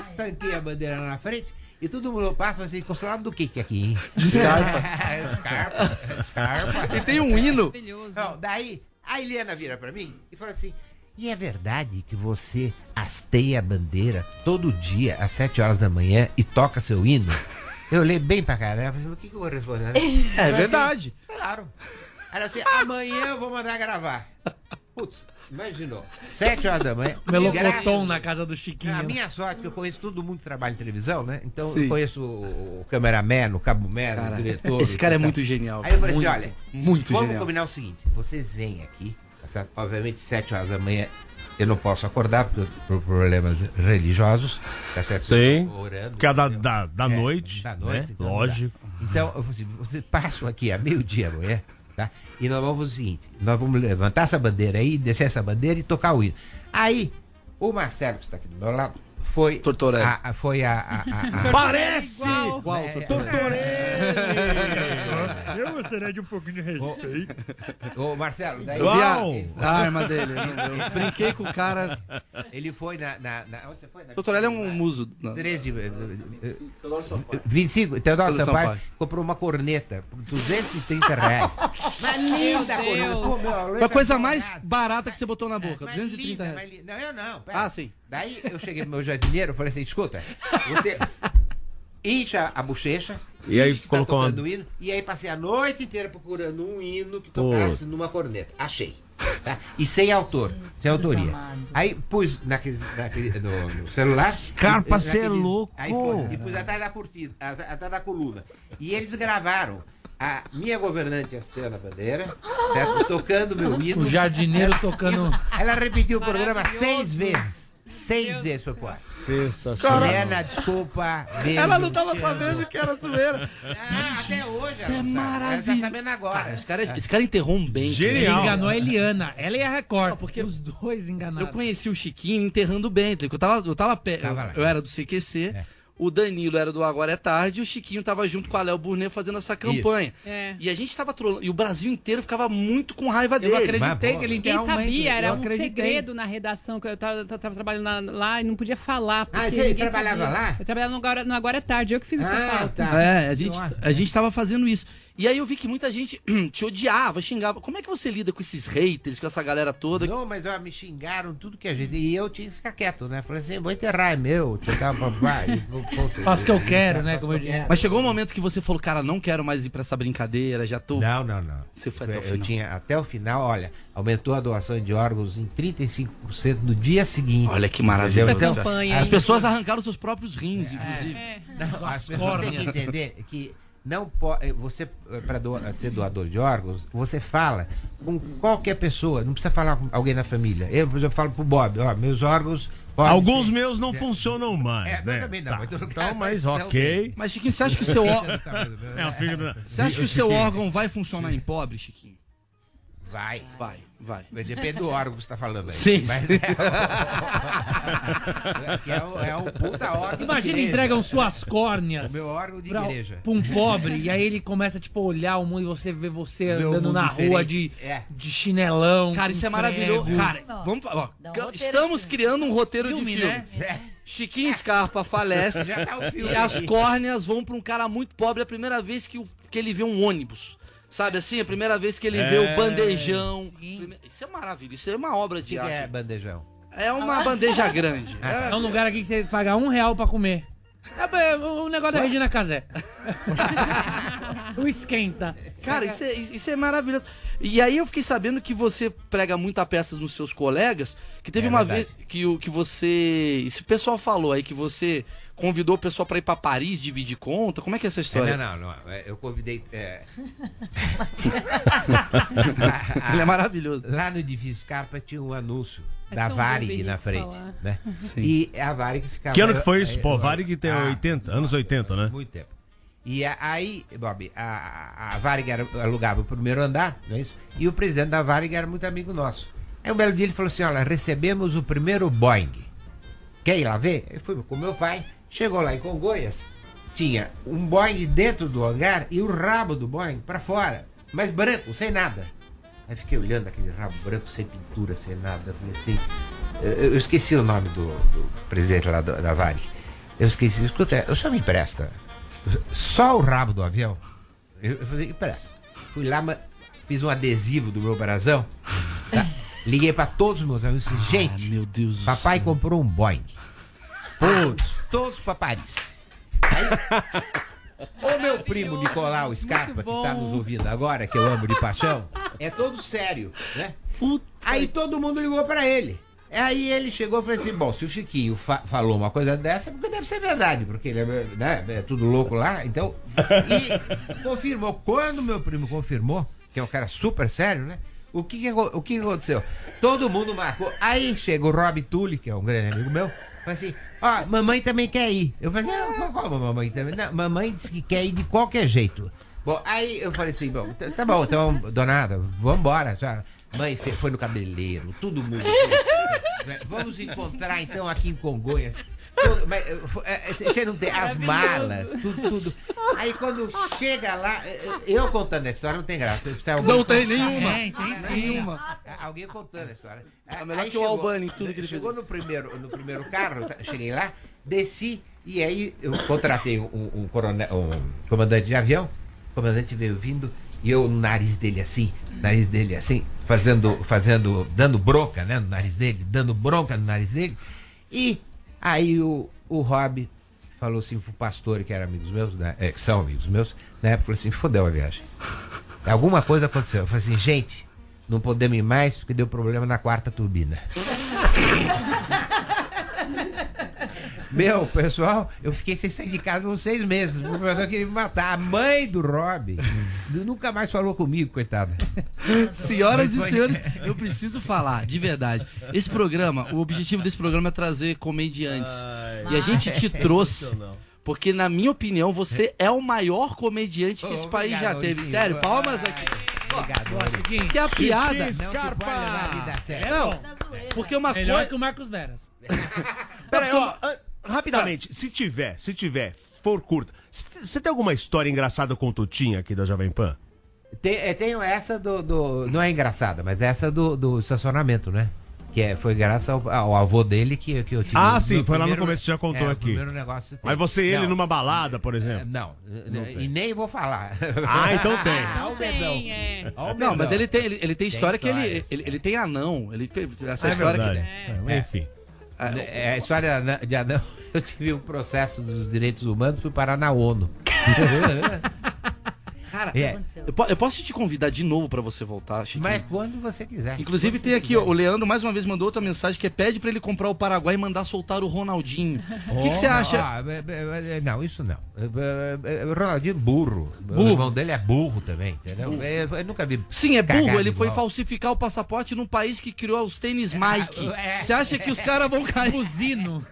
estanquei a bandeira lá na frente e todo mundo passa e fala assim, consulado do que que é aqui? hein?" Scarpa. Scarpa. Scarpa. E tem um hino. Não, daí a Eliana vira pra mim e fala assim, e é verdade que você hasteia a bandeira todo dia às 7 horas da manhã e toca seu hino? Eu olhei bem pra cara dela e falei assim, o que, que eu vou responder? né?" É Ela verdade. Assim, claro. Ela assim, amanhã eu vou mandar gravar. Putz, imaginou. 7 horas da manhã. Melocotão Graças- na casa do Chiquinho. A minha sorte, que eu conheço todo mundo que trabalha em televisão, né? Então Sim. eu conheço o o cameraman, o cabo man, Cara, o diretor. esse cara é o- muito genial, Aí eu falei muito, assim: olha, muito vamos genial. combinar o seguinte: vocês vêm aqui, tá certo? obviamente, 7 horas da manhã. Eu não posso acordar porque eu- por problemas religiosos, tá certo? Sim. Eu tô Orando. Porque é da, da, da noite. da noite, né? então não dá. Lógico. Então, eu falei assim, vocês passam aqui a meio-dia amanhã, tá? E nós vamos fazer o seguinte: nós vamos levantar essa bandeira aí, descer essa bandeira e tocar o hino. Aí, o Marcelo, que está aqui do meu lado, foi. Tortorelli. foi a. a- a- a- Parece! Igual. Igual, É, Tortorelli. Eu gostaria de um pouquinho de respeito. Ô, Marcelo, daí. Eu vi a- a arma dele, não- eu brinquei com o cara. Ele foi na. na, na onde você foi? Na Tortorelli é um muso. 13 de. eh, 25, Teodoro Teodoro Sampaio, Sampaio. comprou uma corneta por 230 reais. Mas linda a corneta. Pô, meu, a Foi a letra coisa tá mais errada. barata que você botou na boca, Mas 230 É, linda, reais. mas linda. Não, eu não. Ah, sim. Daí eu cheguei pro meu jardineiro e falei assim: escuta, você incha a bochecha. E aí finge que tá colocou uma- tocando hino, E aí passei a noite inteira procurando um hino que tocasse numa corneta. Achei. tá? E sem autor, sem autoria. Aí pus naquele, naquele- no, no celular. Scarpa, naquele cê é louco. iPhone, e pus atrás da curtida, at- atrás da coluna. E eles gravaram. A minha governante Astela Bandeira, certo? tocando meu hino. O jardineiro tocando. Ela repetiu o programa seis vezes. Seis vezes foi pro ar. Sensacional. Helena, desculpa. beijo. Ela não tava sabendo que era zoeira. Ah, até hoje. Isso é maravilhoso. Tá sabendo agora. Esse cara, esse cara interrompe bem. Ele enganou a Eliana. Ela e a Record. porque os dois enganaram. Eu conheci o Chiquinho enterrando o Bentley. que Eu tava, eu tava pé. Tava lá. É. eu, eu era do CQC, o Danilo era do Agora é Tarde e o Chiquinho tava junto com a Léo Burnet fazendo essa campanha. É. E a gente tava trolando. E o Brasil inteiro ficava muito com raiva dele. Ninguém sabia, era um segredo na redação, que eu tava, tava- tava trabalhando lá, lá e não podia falar. é Porque Ah, você ninguém trabalhava sabia. lá? Ah, tá? tá. Eu trabalhava no Agora, no Agora é Tarde, eu que fiz essa pauta. É, a gente, a gente tava fazendo isso. E aí eu vi que muita gente te odiava, xingava. Como é que você lida com esses haters, com essa galera toda? Não, mas ó, me xingaram tudo que a gente. E eu tinha que ficar quieto, né? Falei assim, vou enterrar, é meu. Te dar babá. Faço o que eu quero, né? Como eu disse. Mas chegou um momento que você falou, cara, não quero mais ir pra essa brincadeira, já tô. Não, não, não. Você foi Eu, até o final. tinha até o final, olha, aumentou a doação de órgãos em 35% no dia seguinte. Olha que maravilha. Entendeu? Então, as pessoas arrancaram seus próprios rins, inclusive. Não, as pessoas têm que entender que não pode. Você, eh, para ser doador de órgãos, você fala com qualquer pessoa, não precisa falar com alguém na família. Eu, por exemplo, falo pro Bob, ó, meus órgãos. podem Alguns ser- meus não funcionam mais, né? também não, Tá. mas eu não Então, quero mas mais, não. ok. Mas, Chiquinho, você acha que o seu órgão. É, o fígado da- Você acha que o seu Chiquinho. órgão vai funcionar em pobre, Chiquinho? Vai. Vai, vai. Mas Depende do órgão que você tá falando aí. Sim. Mas- Que é, o- é um puta órgão. Imagina de igreja. entregam suas córneas. O meu órgão de pra, igreja. pra um pobre, e aí ele começa, tipo, a olhar o mundo e você vê você Vê o andando mundo na rua de, diferente. É. de chinelão. Cara, isso é com maravilhoso. prego. Cara, vamos fa- ó, ca- estamos criando um roteiro Filme, de filme. é? é? Chiquinho Scarpa falece Já tá o filme e as aí. córneas vão pra um cara muito pobre. É a primeira vez que, o- que ele vê um ônibus. Sabe assim? É a primeira vez que ele vê É. o bandejão. Prime- Isso é maravilha. Isso é uma obra de que arte. é bandejão? É uma bandeja grande. É um lugar aqui que você paga um real pra comer. É o o negócio da Regina Casé. o esquenta. Cara, isso é, isso é maravilhoso. E aí eu fiquei sabendo que você prega muita peça nos seus colegas, que teve É uma verdade. vez que, o- que você... Esse pessoal falou aí que você convidou o pessoal pra ir pra Paris dividir conta. Como é que é essa história? É, não, não, não. é, Eu convidei. é. Ele é maravilhoso. Lá no edifício Scarpa tinha um anúncio É da tão bobo Varig Henrique na frente. falar. Né? Sim. E a Varig ficava. Que ano que foi eu- isso? eu- Pô, Varig tem Ah, 80, anos 80, né? Muito tempo. E a- aí, Bob, a, a- a Varig era- alugava o primeiro andar, não é isso? E o presidente da Varig era muito amigo nosso. Aí um belo dia ele falou assim: olha, recebemos o primeiro Boeing. Quer ir lá ver? Eu fui com meu pai, chegou lá em Congonhas, tinha um Boeing dentro do hangar e o rabo do Boeing pra fora, mas branco, sem nada. Aí fiquei olhando aquele rabo branco, sem pintura, sem nada, falei assim. Eu, eu esqueci o nome do, do presidente lá do- da Varig. Eu esqueci, escuta, o senhor me empresta só o rabo do avião? Eu, eu falei, empresta. Fui lá, ma- fiz um adesivo do meu brasão. tá? Liguei pra todos os meus amigos e disse, gente, meu Deus papai comprou um Boeing. Todos, todos pra Paris. Aí, o meu primo Nicolau Scarpa, que está nos ouvindo agora, que eu amo de paixão, é todo sério, né? Aí todo mundo ligou pra ele. Aí ele chegou e falou assim: Bom, se o Chiquinho fa- falou uma coisa dessa, é porque deve ser verdade, porque ele é, né, é tudo louco lá. Então, e confirmou. Quando meu primo confirmou, que é um cara super sério, né? O que, que acon- o que que aconteceu? Todo mundo marcou. Aí chega o Rob Tully, que é um grande amigo meu, falou assim: Ó, mamãe também quer ir. Eu falei: Não, qual- qual a mamãe também? Não, mamãe disse que quer ir de qualquer jeito. Bom, aí eu falei assim: Bom, tá- tá bom, então, donada, vambora. Já. Mãe fe- foi no cabeleireiro, todo mundo. Né? Vamos encontrar então aqui em Congonhas. Todo- mas, eh, fo- eh, eh, Você não tem as malas, tudo, tudo. Aí quando chega lá, eh, eh, eu contando a história não tem graça. eu precisava- Não tem nenhuma. Tem, tem nenhuma. Alguém contando a história. É melhor Aí que o Albani em tudo que ele fez. Chegou no primeiro, no primeiro carro, tá, cheguei lá, desci e aí eu contratei um, um coronel, um comandante de avião. O comandante veio vindo e eu no nariz dele assim, nariz dele assim, fazendo, fazendo, dando bronca, né, no nariz dele, dando bronca no nariz dele. E aí o, o Rob falou assim pro pastor, que era amigos meus, né, é, que são amigos meus, na época falou assim, fodeu a viagem. Alguma coisa aconteceu. Eu falei assim, gente, não podemos ir mais porque deu problema na quarta turbina. Meu, pessoal, eu fiquei sem sair de casa por uns seis meses. O professor queria me matar. A mãe do Rob nunca mais falou comigo, coitada. Senhoras e senhores, eu preciso falar, de verdade. Esse programa, o objetivo desse programa é trazer comediantes. E a gente te trouxe. Porque, na minha opinião, você é o maior comediante que esse país já teve. Sério, palmas aqui. Obrigado, Que a piada. séria. Não, porque uma Melhor coisa. que o Marcos Veras. Peraí, ó, an- rapidamente, se tiver, se tiver, for curta, você tem alguma história engraçada com o Tutinha aqui da Jovem Pan? eh, Tem- eu tenho essa do, do- Não é engraçada, mas essa do, do estacionamento, né? Que é, foi graças ao, ao avô dele que, que eu tive. Ah, meu sim, foi lá no primeiro- começo, você já contou é, o aqui. primeiro negócio que Mas teve. você e ele Não, numa balada, por exemplo? Não. Não E nem vou falar. Ah, então tem. Ah, o medão. Ó o Não, medão. mas ele tem, ele, ele tem Tem história que ele, histórias, ele, ele tem anão. Ele, tem- essa Ah, é história que. verdade. É, enfim. Ah, É, a história da- de Adão. Eu tive um processo dos direitos humanos, fui parar na ONU. Cara, É. eu, po- eu posso te convidar de novo pra você voltar, Chiquinho? Mas quando você quiser. Inclusive tem aqui, ó, o Leandro mais uma vez mandou outra mensagem que é pede pra ele comprar o Paraguai e mandar soltar o Ronaldinho. O que que você acha? Ah, be- be- be- não, isso não. Eh, eh, eh, Ronaldinho é burro. Burro. O irmão dele é burro também, entendeu? Burro. Eh, Eu, nunca vi. Sim, é burro, cagada ele foi igual. falsificar o passaporte num país que criou os tênis Nike. é. Você acha que os caras vão cair? Musino.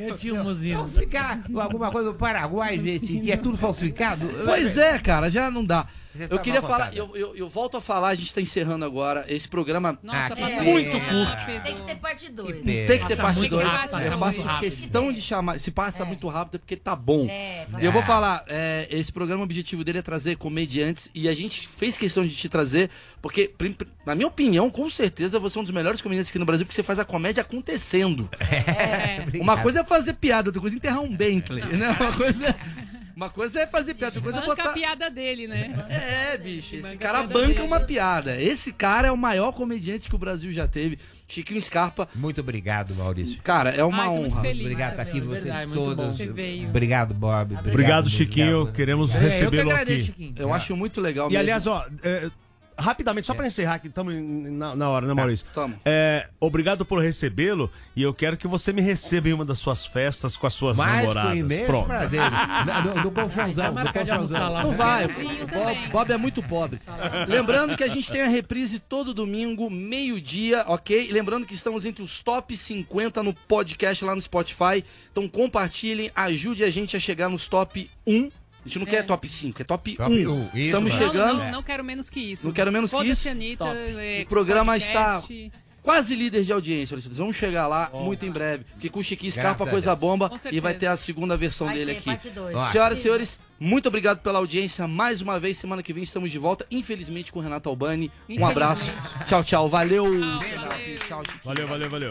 Eu tinha um musino. Falsificar alguma coisa do Paraguai, gente, que é tudo falsificado. Pois é, cara, já não dá. Você Eu tá queria mal falar, contada. eu, eu, eu volto a falar, a gente tá encerrando agora esse programa Nossa, aqui, passa muito muito curto. Tem que ter parte 2. Tem que ter parte 2. Eu Passa faço muito rápido. questão de chamar. Se passa muito rápido é porque tá bom. É, tá E eu vou bom. falar, é, esse programa, o objetivo dele é trazer comediantes e a gente fez questão de te trazer, porque, prim- prim- na minha opinião, com certeza você é um dos melhores comediantes aqui no Brasil, porque você faz a comédia acontecendo. Uma coisa é fazer piada, outra coisa é enterrar um Bentley, né? Uma coisa, uma coisa é fazer piada, outra coisa é Banca a botar... piada dele, né? É, bicho, esse Banca cara a piada banca dele. uma piada. Esse cara é o maior comediante que o Brasil já teve. Chiquinho Scarpa. Muito obrigado, Maurício. Cara, é uma Ai, tô muito honra. feliz, Obrigado, tá aqui maravilhoso. vocês Verdade, muito bom. todos. Você veio. Obrigado, É, Bob. Obrigado, Chiquinho. Queremos recebê-lo aqui. Eu acho muito legal E mesmo. aliás, ó, é, rapidamente, É. só pra encerrar que estamos na, na hora, né, Maurício? tamo. É, obrigado por recebê-lo e eu quero que você me receba em uma das suas festas com as suas Mais um com namoradas. imenso Pronto. prazer. Na- No, no colchãozão, no colchãozão. Não vai, né? o Bob, Bob é muito pobre. Lembrando que a gente tem a reprise todo domingo, meio-dia, ok? E Lembrando que estamos entre os top 50 no podcast lá no Spotify. Então compartilhem, ajude a gente a chegar nos top 1. A gente não quer top 5, é top, Top 1. um, isso, estamos né? chegando. Não, não, não quero menos que isso. Não quero menos que Foda-se, isso. Anitta, Top. é, O programa podcast. está quase líder de audiência, Alessandro. Vamos chegar lá muito em breve. Porque com o Chiquinho Graças Scarpa, a coisa Deus. bomba. Com E certeza. vai ter a segunda versão Vai dele ter aqui. parte dois. Ó. Senhoras e senhores, muito obrigado pela audiência. Mais uma vez, semana que vem estamos de volta. Infelizmente, com o Renato Albani. Um Infelizmente. abraço. Tchau, tchau. Valeu. Tchau, Chiquinho. Valeu, valeu, valeu.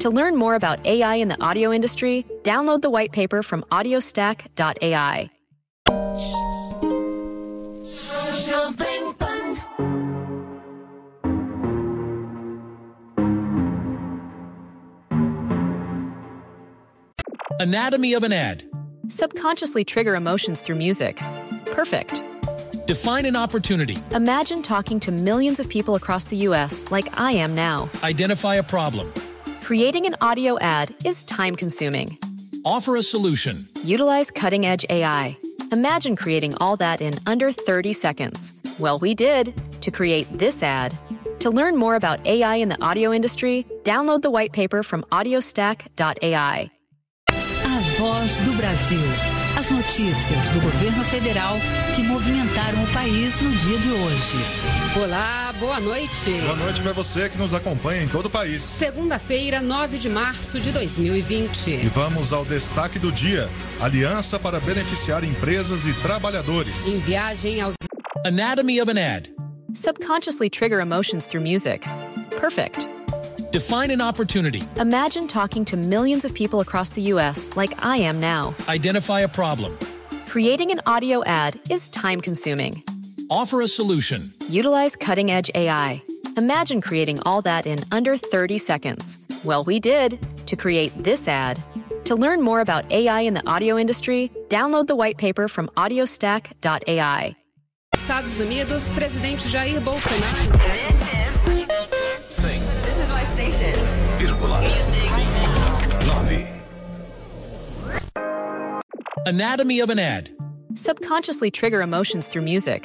To learn more about AI in the audio industry, download the white paper from audiostack.ai. Jovem Pan. Anatomy of an ad. Subconsciously trigger emotions through music. Perfect. Define an opportunity. Imagine talking to millions of people across the U.S. like I am now. Identify a problem. Creating an audio ad is time consuming. Offer a solution. Utilize cutting edge AI. Imagine creating all that in under 30 seconds. Well, we did to create this ad. To learn more about AI in the audio industry, download the white paper from audiostack.ai. A Voz do Brasil. As notícias do governo federal que movimentaram o país no dia de hoje. Olá, boa noite. Boa noite para você que nos acompanha em todo o país. Segunda-feira, 9 de março de 2020. E vamos ao destaque do dia: Aliança para beneficiar empresas e trabalhadores. Em viagem aos Anatomy of an ad. Subconsciously trigger emotions through music. Perfect. Define an opportunity. Imagine talking to millions of people across the U.S. like I am now. Identify a problem. Creating an audio ad is time consuming. Offer a solution. Utilize cutting edge AI. Imagine creating all that in under 30 seconds. Well, we did to create this ad. To learn more about AI in the audio industry, download the white paper from audiostack.ai. Estados Unidos, presidente Jair Bolsonaro. This is my station. Anatomy of an ad. Subconsciously trigger emotions through music.